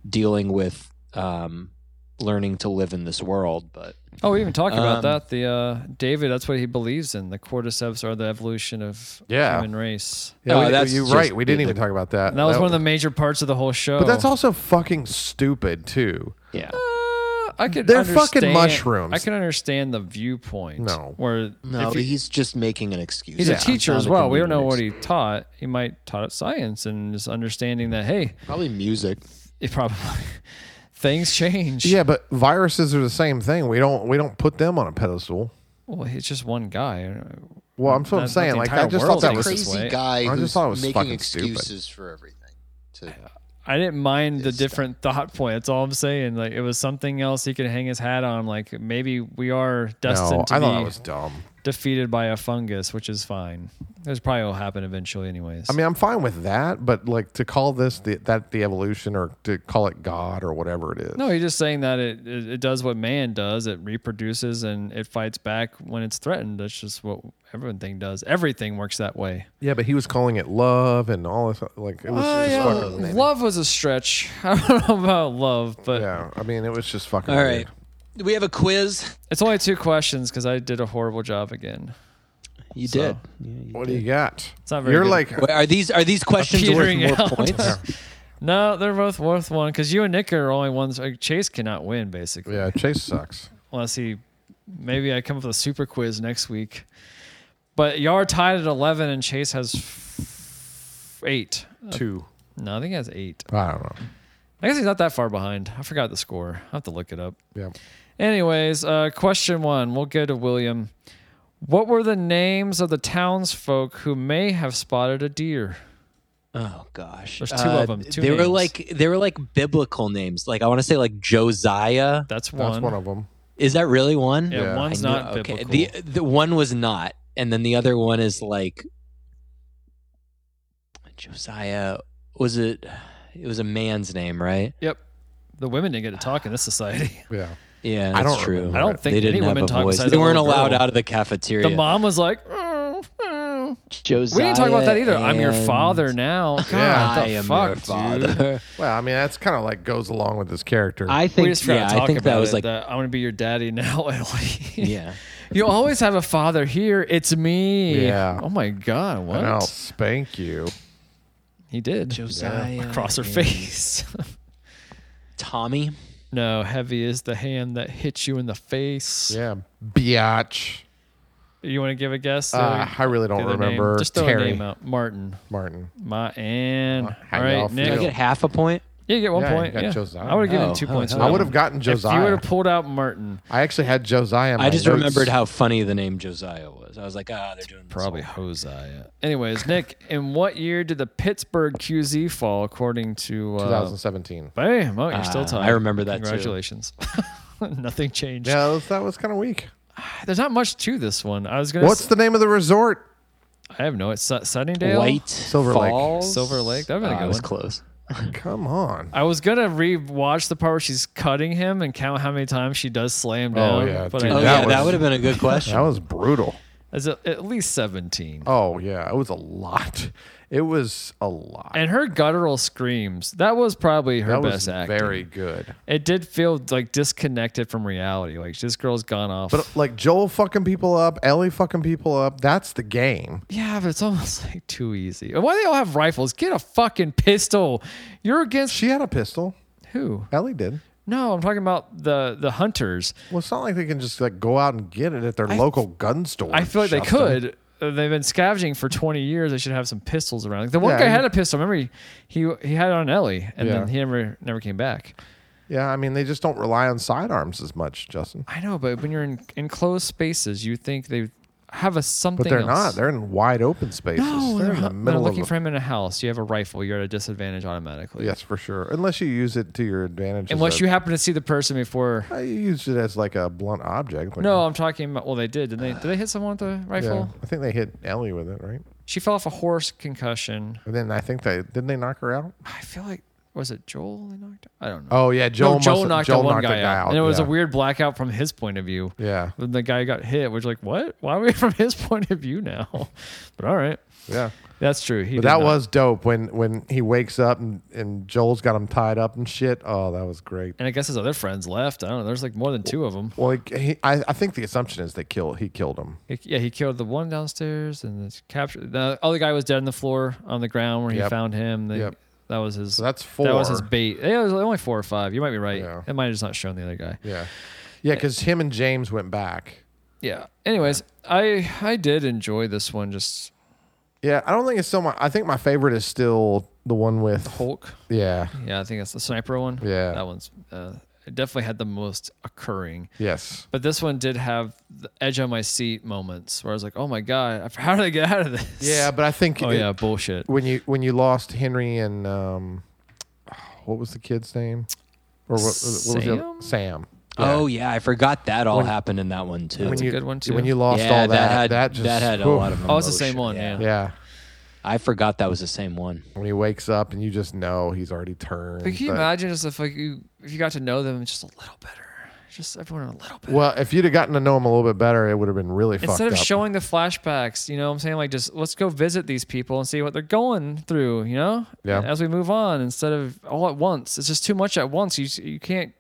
C: dealing with um, learning to live in this world, but.
A: Oh, we even talked about
C: Um,
A: that. The uh, David, that's what he believes in. The cordyceps are the evolution of
B: Yeah.
A: human race.
B: Yeah,
C: Oh,
B: we-
C: that's
B: you're
C: just-
B: right. We didn't even talk about that.
A: And that was one of the major parts of the whole show.
B: But that's also fucking stupid too.
C: Yeah.
A: Uh, I could.
B: They're fucking
A: understand-
B: mushrooms.
A: I can understand the viewpoint.
B: No.
A: where
C: No,
A: if
C: but
A: you-
C: he's just making an excuse.
A: he's
B: Yeah.
A: a teacher
C: Not
A: as
C: a
A: well. We don't
C: convenient
A: know what he taught. He might taught science and just understanding that hey,
C: excuse. Probably music.
A: it probably things change.
B: Yeah, but viruses are the same thing. We don't we don't put them on a pedestal.
A: Well, he's just one guy.
B: Well, I'm so
A: Not-
B: I'm
A: not
B: saying
A: the
B: like
A: entire
B: I just
A: world
B: thought that
A: thinks
B: was
A: this way.
E: crazy guy
B: I just
E: who's
B: thought it was
E: making
B: fucking
E: excuses
B: stupid.
E: for everything. To,
A: I didn't mind the
E: It's
A: different thought point. That's all I'm saying. Like it was something else he could hang his hat on. Like maybe we are destined
B: No,
A: to
B: I
A: be
B: thought that was dumb.
A: defeated by a fungus, which is fine. That's probably will happen eventually, anyways.
B: I mean, I'm fine with that, but like to call this the, that the evolution or to call it God or whatever it is.
A: no, you're just saying that it, it it does what man does. It reproduces and it fights back when it's threatened. That's just what everything does. Everything works that way.
B: Yeah, but he was calling it love and all this. Like it was
A: Uh,
B: just
A: yeah,
B: fucking. weird.
A: love was a stretch. I don't know about love, but
B: Yeah, I mean, it was just fucking.
C: All right.
B: weird.
C: Do we have a quiz?
A: it's only two questions because I did a horrible job again.
C: You
A: So-
C: did.
B: What do you got?
A: It's not very
B: You're
A: good.
B: like
C: Wait, are these are these questions worth
A: Petering
C: more
A: out.
C: points?
A: No, they're both worth one because you and Nick are only ones. Like Chase cannot win basically,
B: yeah, Chase sucks.
A: unless he. Maybe I come up with a super quiz next week, but y'all are tied at eleven, and Chase has f- eight.
B: Two.
A: No, I think he has eight.
B: I don't know.
A: I guess he's not that far behind. I forgot the score. I will have to look it up.
B: Yeah.
A: Anyways, uh, question one. We'll go to William. What were the names of the townsfolk who may have spotted a deer?
C: Oh gosh,
A: There's two of 'em, two
C: they were
A: names.
C: like they were like biblical names. Like I want to say like Josiah.
A: That's one.
B: That's one of them.
C: Is that really one?
A: yeah,
B: Yeah.
A: one's
C: I knew-
A: not biblical.
C: The the one was not, and then the other one is like Josiah. Was it? It was a man's name, right?
A: Yep. The women didn't get to talk in this society.
B: Yeah.
C: Yeah,
B: I
C: that's
B: don't
C: true.
B: remember.
A: I don't think
C: they didn't
A: any
C: have
A: women
C: a
A: talked
C: voice.
A: besides
C: They
A: the
C: weren't
A: little
C: allowed
A: girl.
C: out of the cafeteria.
A: The mom was like, "Mm, mm."
C: Josiah
A: "We didn't talk about that either." I'm your
C: and-
A: father now. God,
B: Yeah.
A: the
C: I am
A: fuck,
C: your
A: dude?
C: father.
B: Well, I mean, that's kind of like goes along with his character.
C: I
A: We
C: think
A: just gotta
C: yeah,
A: talk
C: I think
A: about
C: that was
A: it,
C: like
A: I'm gonna be your daddy now, Emily.
C: yeah.
A: you always have a father here. It's me.
B: Yeah.
A: Oh my god, what?
B: and I'll spank you.
A: He did.
C: Josiah
A: across her
C: and-
A: face.
C: Tommy.
A: no, heavy is the hand that hits you in the face.
B: Yeah. Biatch.
A: You want to give a
C: Ah,
A: guess?
B: Uh, I really
A: The
B: don't
A: other name.
B: remember.
A: Just throw a
B: Terry
A: name out. Martin.
B: Martin.
A: My and
B: how
A: all
B: y'all
A: right,
B: feel?
C: Did I
A: Nick.
C: get half a point?
A: Yeah, you get one
B: Yeah, you
A: point.
B: got
A: Yeah.
B: Josiah.
A: I would have given
D: Oh,
A: two
D: oh,
A: points.
D: I
A: for
B: I
A: that
B: would
A: one.
B: have gotten
A: If you would
B: Josiah.
A: have pulled out Martin,
B: I actually had Josiah. in
D: I
B: my
D: just
B: notes.
D: remembered how funny the name Josiah was. I was like, ah, they're doing this
A: probably
D: whole-
A: Hosiah. Anyways, Nick, in what year did the Pittsburgh QZ fall according to uh,
B: 2017.
A: Bam, oh, you're still
D: Ah,
A: tied.
D: I remember that too.
A: Congratulations. Nothing changed.
B: Yeah, that was, that was kind of weak.
A: There's not much to this one. I was gonna.
B: What's
A: s-
B: the name of the resort?
A: I have no. It's Su- Sunnydale.
D: White
B: Silver Lake.
D: Falls.
A: Silver Lake? That'd been a
D: Ah,
A: good
D: I was
A: one.
D: close.
B: Come on.
A: I was gonna re-watch the part where she's cutting him and count how many times she does slam down.
B: yeah,
A: but
B: dude,
D: Oh
A: I,
B: That
D: yeah,
B: was-
D: that would have been a good question.
B: That was brutal.
A: it's a- at least seventeen.
B: Oh yeah, it was a lot. It was a lot.
A: And her guttural screams. That was probably her
B: that was
A: best acting.
B: very good.
A: It did feel like disconnected from reality. Like this girl's gone off.
B: But like Joel fucking people up, Ellie fucking people up. That's the game.
A: yeah, but it's almost like too easy. Why do they all have rifles? Get a fucking pistol. You're against
B: She had a pistol.
A: who?
B: Ellie did.
A: No, I'm talking about the the hunters.
B: Well, it's not like they can just like go out and get it at their local gun store.
A: I
B: and
A: feel like they
B: shove them.
A: could. Uh, They've been scavenging for 20 years. They should have some pistols around. Like the one
B: Yeah,
A: guy
B: and-
A: had a pistol. Remember, he he, he had it on Ellie, and
B: Yeah.
A: then he never never came back.
B: Yeah, I mean they just don't rely on sidearms as much, Justin.
A: I know, but when you're in enclosed spaces, you think they have a something.
B: But they're not.
A: else.
B: They're in wide open spaces.
A: no, they're,
B: they're, in
A: hu-
B: the
A: they're
B: middle
A: looking
B: of.
A: for him in a house. You have a rifle. You're at a disadvantage automatically.
B: yes, for sure. Unless you use it to your advantage. as
A: Unless
B: a-
A: you happen to see the person before.
B: I used it as like a blunt object. like-
A: No, I'm talking about. Well, they did. Did they? Did they hit someone with the rifle?
B: Yeah, I think they hit Ellie with it, right?
A: She fell off a horse. Concussion.
B: And then I think they didn't they knock her out.
A: I feel like was it Joel? They knocked. I don't know.
B: Oh yeah, Joel.
A: Joel,
B: must-
A: Joel knocked
B: Joel
A: that one
B: knocked
A: guy,
B: a
A: out. and it was
B: yeah.
A: a weird blackout from his point of view.
B: Yeah,
A: When the guy got hit, which like what? Why are we from his point of view now? But all right,
B: yeah.
A: that's true. He
B: But
A: did
B: that
A: not-
B: was dope when when he wakes up and, and Joel's got him tied up and shit. Oh, that was great.
A: and I guess his other friends left. I don't know. There's like more than two of them.
B: Well, like, he, I I think the assumption is they kill he killed him.
A: yeah, he killed the one downstairs and the captured the other guy was dead on the floor on the ground where he
B: Yep.
A: found him. They-
B: Yep.
A: That was his.
B: So that's four.
A: That was his bait. Yeah, it was only four or five. You might be right.
B: Yeah.
A: It might have just not shown the other guy.
B: Yeah, yeah. Because him and James went back.
A: Yeah. Anyways, I I did enjoy this one. Just
B: Yeah, I don't think it's still my. I think my favorite is still the one with.
A: Hulk.
B: Yeah.
A: Yeah, I think that's the sniper one.
B: Yeah.
A: that one's uh, it definitely had the most occurring.
B: Yes.
A: But this one did have the edge on my seat moments where I was like, "Oh my god, I- how did I get out of this?"
B: Yeah, but I think
A: Oh
B: it-
A: yeah, bullshit.
B: when you when you lost Henry and um, what was the kid's name? Or what, what was the other-
A: Sam?
B: Sam.
D: Oh yeah, I forgot that all happened in that one too.
A: That's a
B: you,
A: good one, too.
B: When you lost
D: yeah,
B: all that, that,
D: had
B: just
D: that had a
B: whew.
D: lot of.
A: Oh, it's the same
D: emotion,
A: one, yeah.
B: Yeah,
D: I forgot that was the same one.
B: when he wakes up and you just know he's already turned.
A: But can you
B: but-
A: imagine just if like you if you got to know them just a little better, just everyone a little bit.
B: well, if you'd have gotten to know him a little bit better, it would have been really
A: Instead
B: fucked
A: of
B: up.
A: showing the flashbacks, you know what I'm saying? Like, just let's go visit these people and see what they're going through, you know?
B: Yeah.
A: As we move on, instead of all at once. It's just too much at once. You, you can't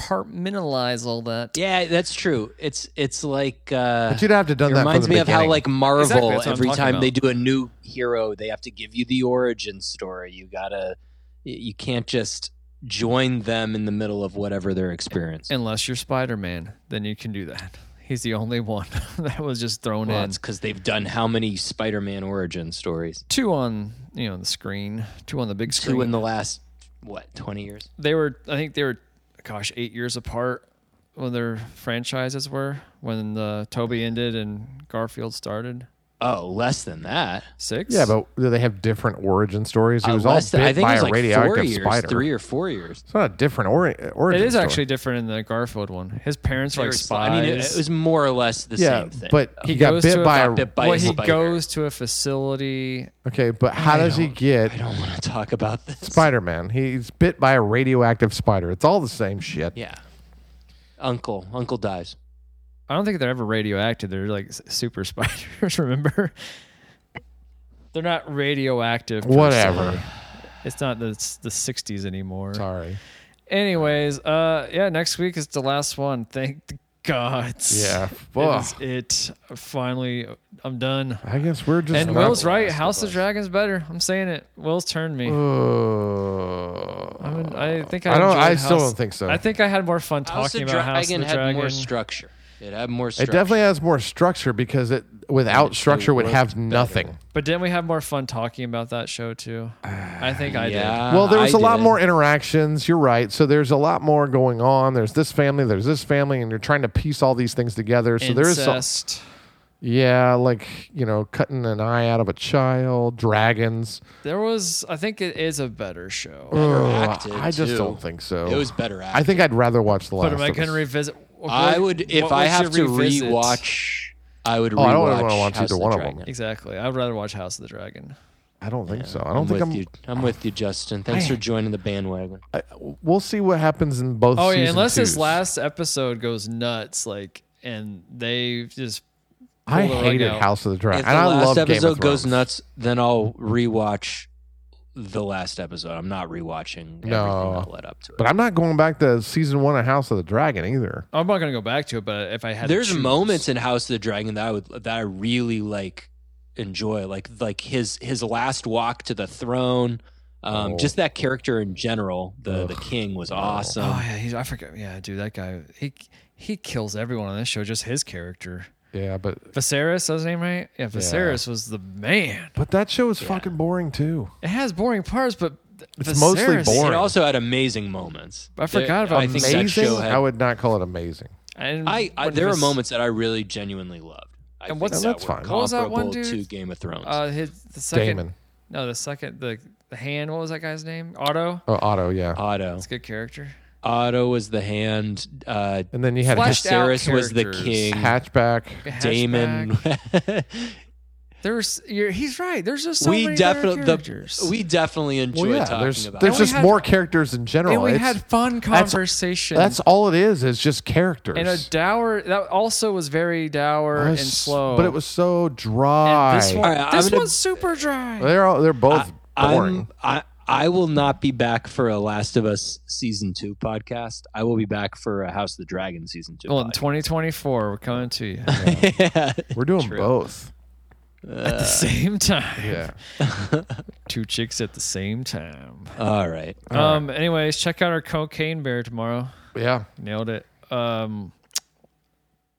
A: compartmentalize all that.
D: Yeah, that's true. It's it's like uh,
B: but you'd have to done
D: it
B: that.
D: reminds
B: from the
D: me of how
B: beginning.
D: like Marvel
A: Exactly, that's what I'm
D: every
A: talking
D: time they
A: about.
D: do a new hero, they have to give you the origin story. You gotta y- you can't just join them in the middle of whatever they're experiencing.
A: Unless you're Spider Man, then you can do that. He's the only one that was just thrown
D: Well,
A: in.
D: it's because they've done how many Spider-Man origin stories?
A: Two on you know the screen, two on the big screen.
D: Two in the last what twenty years?
A: they were I think they were gosh, eight years apart when their franchises were when the Toby ended and Garfield started.
D: Oh, less than that.
A: Six?
B: yeah, but do they have different origin stories? He
D: Uh,
B: was all
D: less
B: bit
D: than- I think
B: by
D: it was
B: a
D: like four
B: radioactive
D: years,
B: spider.
D: three or four years.
B: it's not a different ori- origin.
A: It is
B: story.
A: actually different in the Garfield one. His parents
D: They
A: are like
D: were sp- I
A: spies.
D: mean, it, it was more or less the
B: yeah,
D: same thing.
B: but he, got
A: goes to
B: bit
A: a-
B: by a
A: got
D: bit by a
A: well, he
D: spider.
A: goes to a facility.
B: okay. But how does he
D: don't-
B: get
D: I don't want to talk about this.
B: Spider Man? He's bit by a radioactive spider. It's all the same shit.
D: Yeah. Uncle, Uncle dies.
A: I don't think they're ever radioactive. They're like s- super spiders. Remember, they're not radioactive. per se.
B: Whatever.
A: It's not the the '60s anymore.
B: Sorry.
A: Anyways, uh, yeah, next week is the last one. Thank the gods.
B: Yeah.
A: It
B: Ugh.
A: is it. Finally, I'm done.
B: I guess we're just
A: And
B: not-
A: Will's right. House of Dragons better. I'm saying it. Will's turned me.
B: Ugh.
A: I, mean, I think I.
B: I don't.
A: enjoyed
B: I still
A: House-
B: don't think so.
A: I think I had more fun talking about House of the
D: had
A: Dragon.
D: more structure.
C: It had more.
B: It
C: Structure.
B: definitely has more structure because it without structure would have nothing.
A: But didn't we have more fun talking about that show too? I think I did.
C: Yeah,
B: Well, there was a
C: a
B: lot more interactions. You're right. So there's a lot more going on. There's this family. There's this family, and you're trying to piece all these things together. So there's some,
A: Incest.
B: yeah, like you know, cutting an eye out of a child, dragons.
A: There was. I think it is a better show.
B: Ugh,
C: acted,
B: I just
C: too.
B: don't think so.
C: It was better. Acting.
B: I think I'd rather watch the last.
A: but am I
B: of
A: going to
B: Us.
A: revisit? what
C: I
A: would-
C: would if
A: what
C: I
A: would you
C: have to
A: revisit?
C: rewatch. I would.
B: Oh, I don't
C: rewatch
B: wanna watch
C: House
B: either
C: the
B: one of
C: Dragon.
B: them.
A: Exactly. I'd rather watch House of the Dragon.
B: I don't think so. I don't
C: I'm
B: think
C: with
B: I'm.
C: you. I'm with you, Justin. Thanks for joining the bandwagon.
B: I, we'll see what happens in both.
A: Oh yeah,
B: season
A: unless this
B: twos.
A: last episode goes nuts, like, and they just
B: I
A: pull the rug
B: hated
A: out.
B: House of the Dragon,
C: if the
B: and I
C: last
B: love Game of
C: episode goes
B: Thrones.
C: nuts, then I'll rewatch the last episode. I'm not rewatching everything
B: No.
C: that led up to it.
B: But I'm not going back to season one of House of the Dragon either.
A: I'm not going to go back to it, but if I had, to
C: There's
A: choose-
C: moments in House of the Dragon that I would that I really like enjoy, like like his his last walk to the throne. Um,
B: Oh.
C: Just that character in general, the the
B: Ugh.
C: king was
B: No.
C: awesome.
A: Oh yeah, he's, I forget. Yeah, dude, that guy he he kills everyone on this show. Just his character,
B: Yeah, but
A: Viserys. That's his name, right? Yeah, Viserys was the man.
B: but that show is fucking boring too.
A: It has boring parts, but
B: It's mostly
A: Viserys-
B: boring.
C: It also had amazing moments.
A: I forgot
C: There-
A: about
C: I think that
B: Amazing?
C: show had.
B: I would not call it amazing.
A: And
C: I, I
A: when
C: there are
A: Vis-
C: moments that I really genuinely loved. I
A: And
C: think
A: what's-
C: that
B: That's
C: were
B: fine.
A: What was that one
C: comparable to
A: dude's-
C: Game of Thrones?
A: Uh, his the second.
B: Damon,
A: No, the second the the hand. What was that guy's name? Otto.
B: oh, Otto, yeah.
C: Otto.
A: That's a good character.
C: Otto was the hand. Uh,
B: and then you had
A: Flash- Fleshed out
C: Viserys was the
A: characters.
C: king.
B: hatchback.
C: Damon.
A: Hatchback. There's. You're, he's right. There's just so
C: we
A: many better
C: definitely
A: characters.
C: the we definitely enjoy
B: Well, yeah.
C: talking
B: There's
C: about.
B: there's
A: And we
B: just
A: had-
B: more characters in general.
A: and we
B: It's-
A: had fun
B: that's-
A: conversation.
B: that's all it is. Is just characters.
A: and a dour. That also was very dour
B: I
A: and
B: was-
A: slow.
B: But it was so
A: And
B: dry.
A: This, one,
C: All right, I'm
A: this
C: gonna-
A: one's super dry.
B: They're all, they're boboth
C: I,
B: boring.
C: I'm, I I will not be back for a Last of Us season two podcast. I will be back for a House of the Dragon season two.
A: Well, in
C: podcast.
A: 2024, we're coming to you
C: yeah.
B: We're doing
C: True.
B: both.
C: Uh,
A: at the same time.
B: Yeah.
A: Two chicks at the same time.
C: All right.
A: Um. Anyways, check out our cocaine bear tomorrow.
B: Yeah.
A: Nailed it. Um.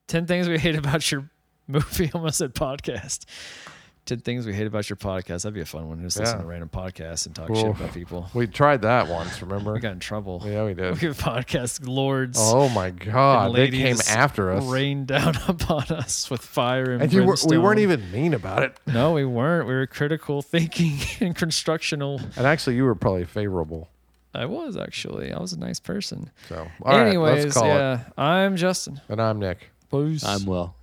A: Ten things we hate about your movie. Almost said podcast. Ten things we hate about your podcast. That'd be a fun one. Just listen
B: Yeah.
A: to random podcasts and talk
B: Cool.
A: shit about people.
B: We tried that once, remember?
A: We got in trouble.
B: yeah, we
A: We
B: did.
A: got podcast lords.
B: Oh my god.
A: and
B: They came
A: ladies
B: after us.
A: rained down upon us with fire and,
B: And you were, we
A: brimstone.
B: weren't even mean about it.
A: No, we weren't. We were critical thinking and constructional.
B: And actually you were probably favorable.
A: I was actually. I was a nice person.
B: So all right,
A: Anyways,
B: let's call it.
A: yeah. I'm Justin.
B: And I'm Nick.
A: Peace.
C: I'm Will.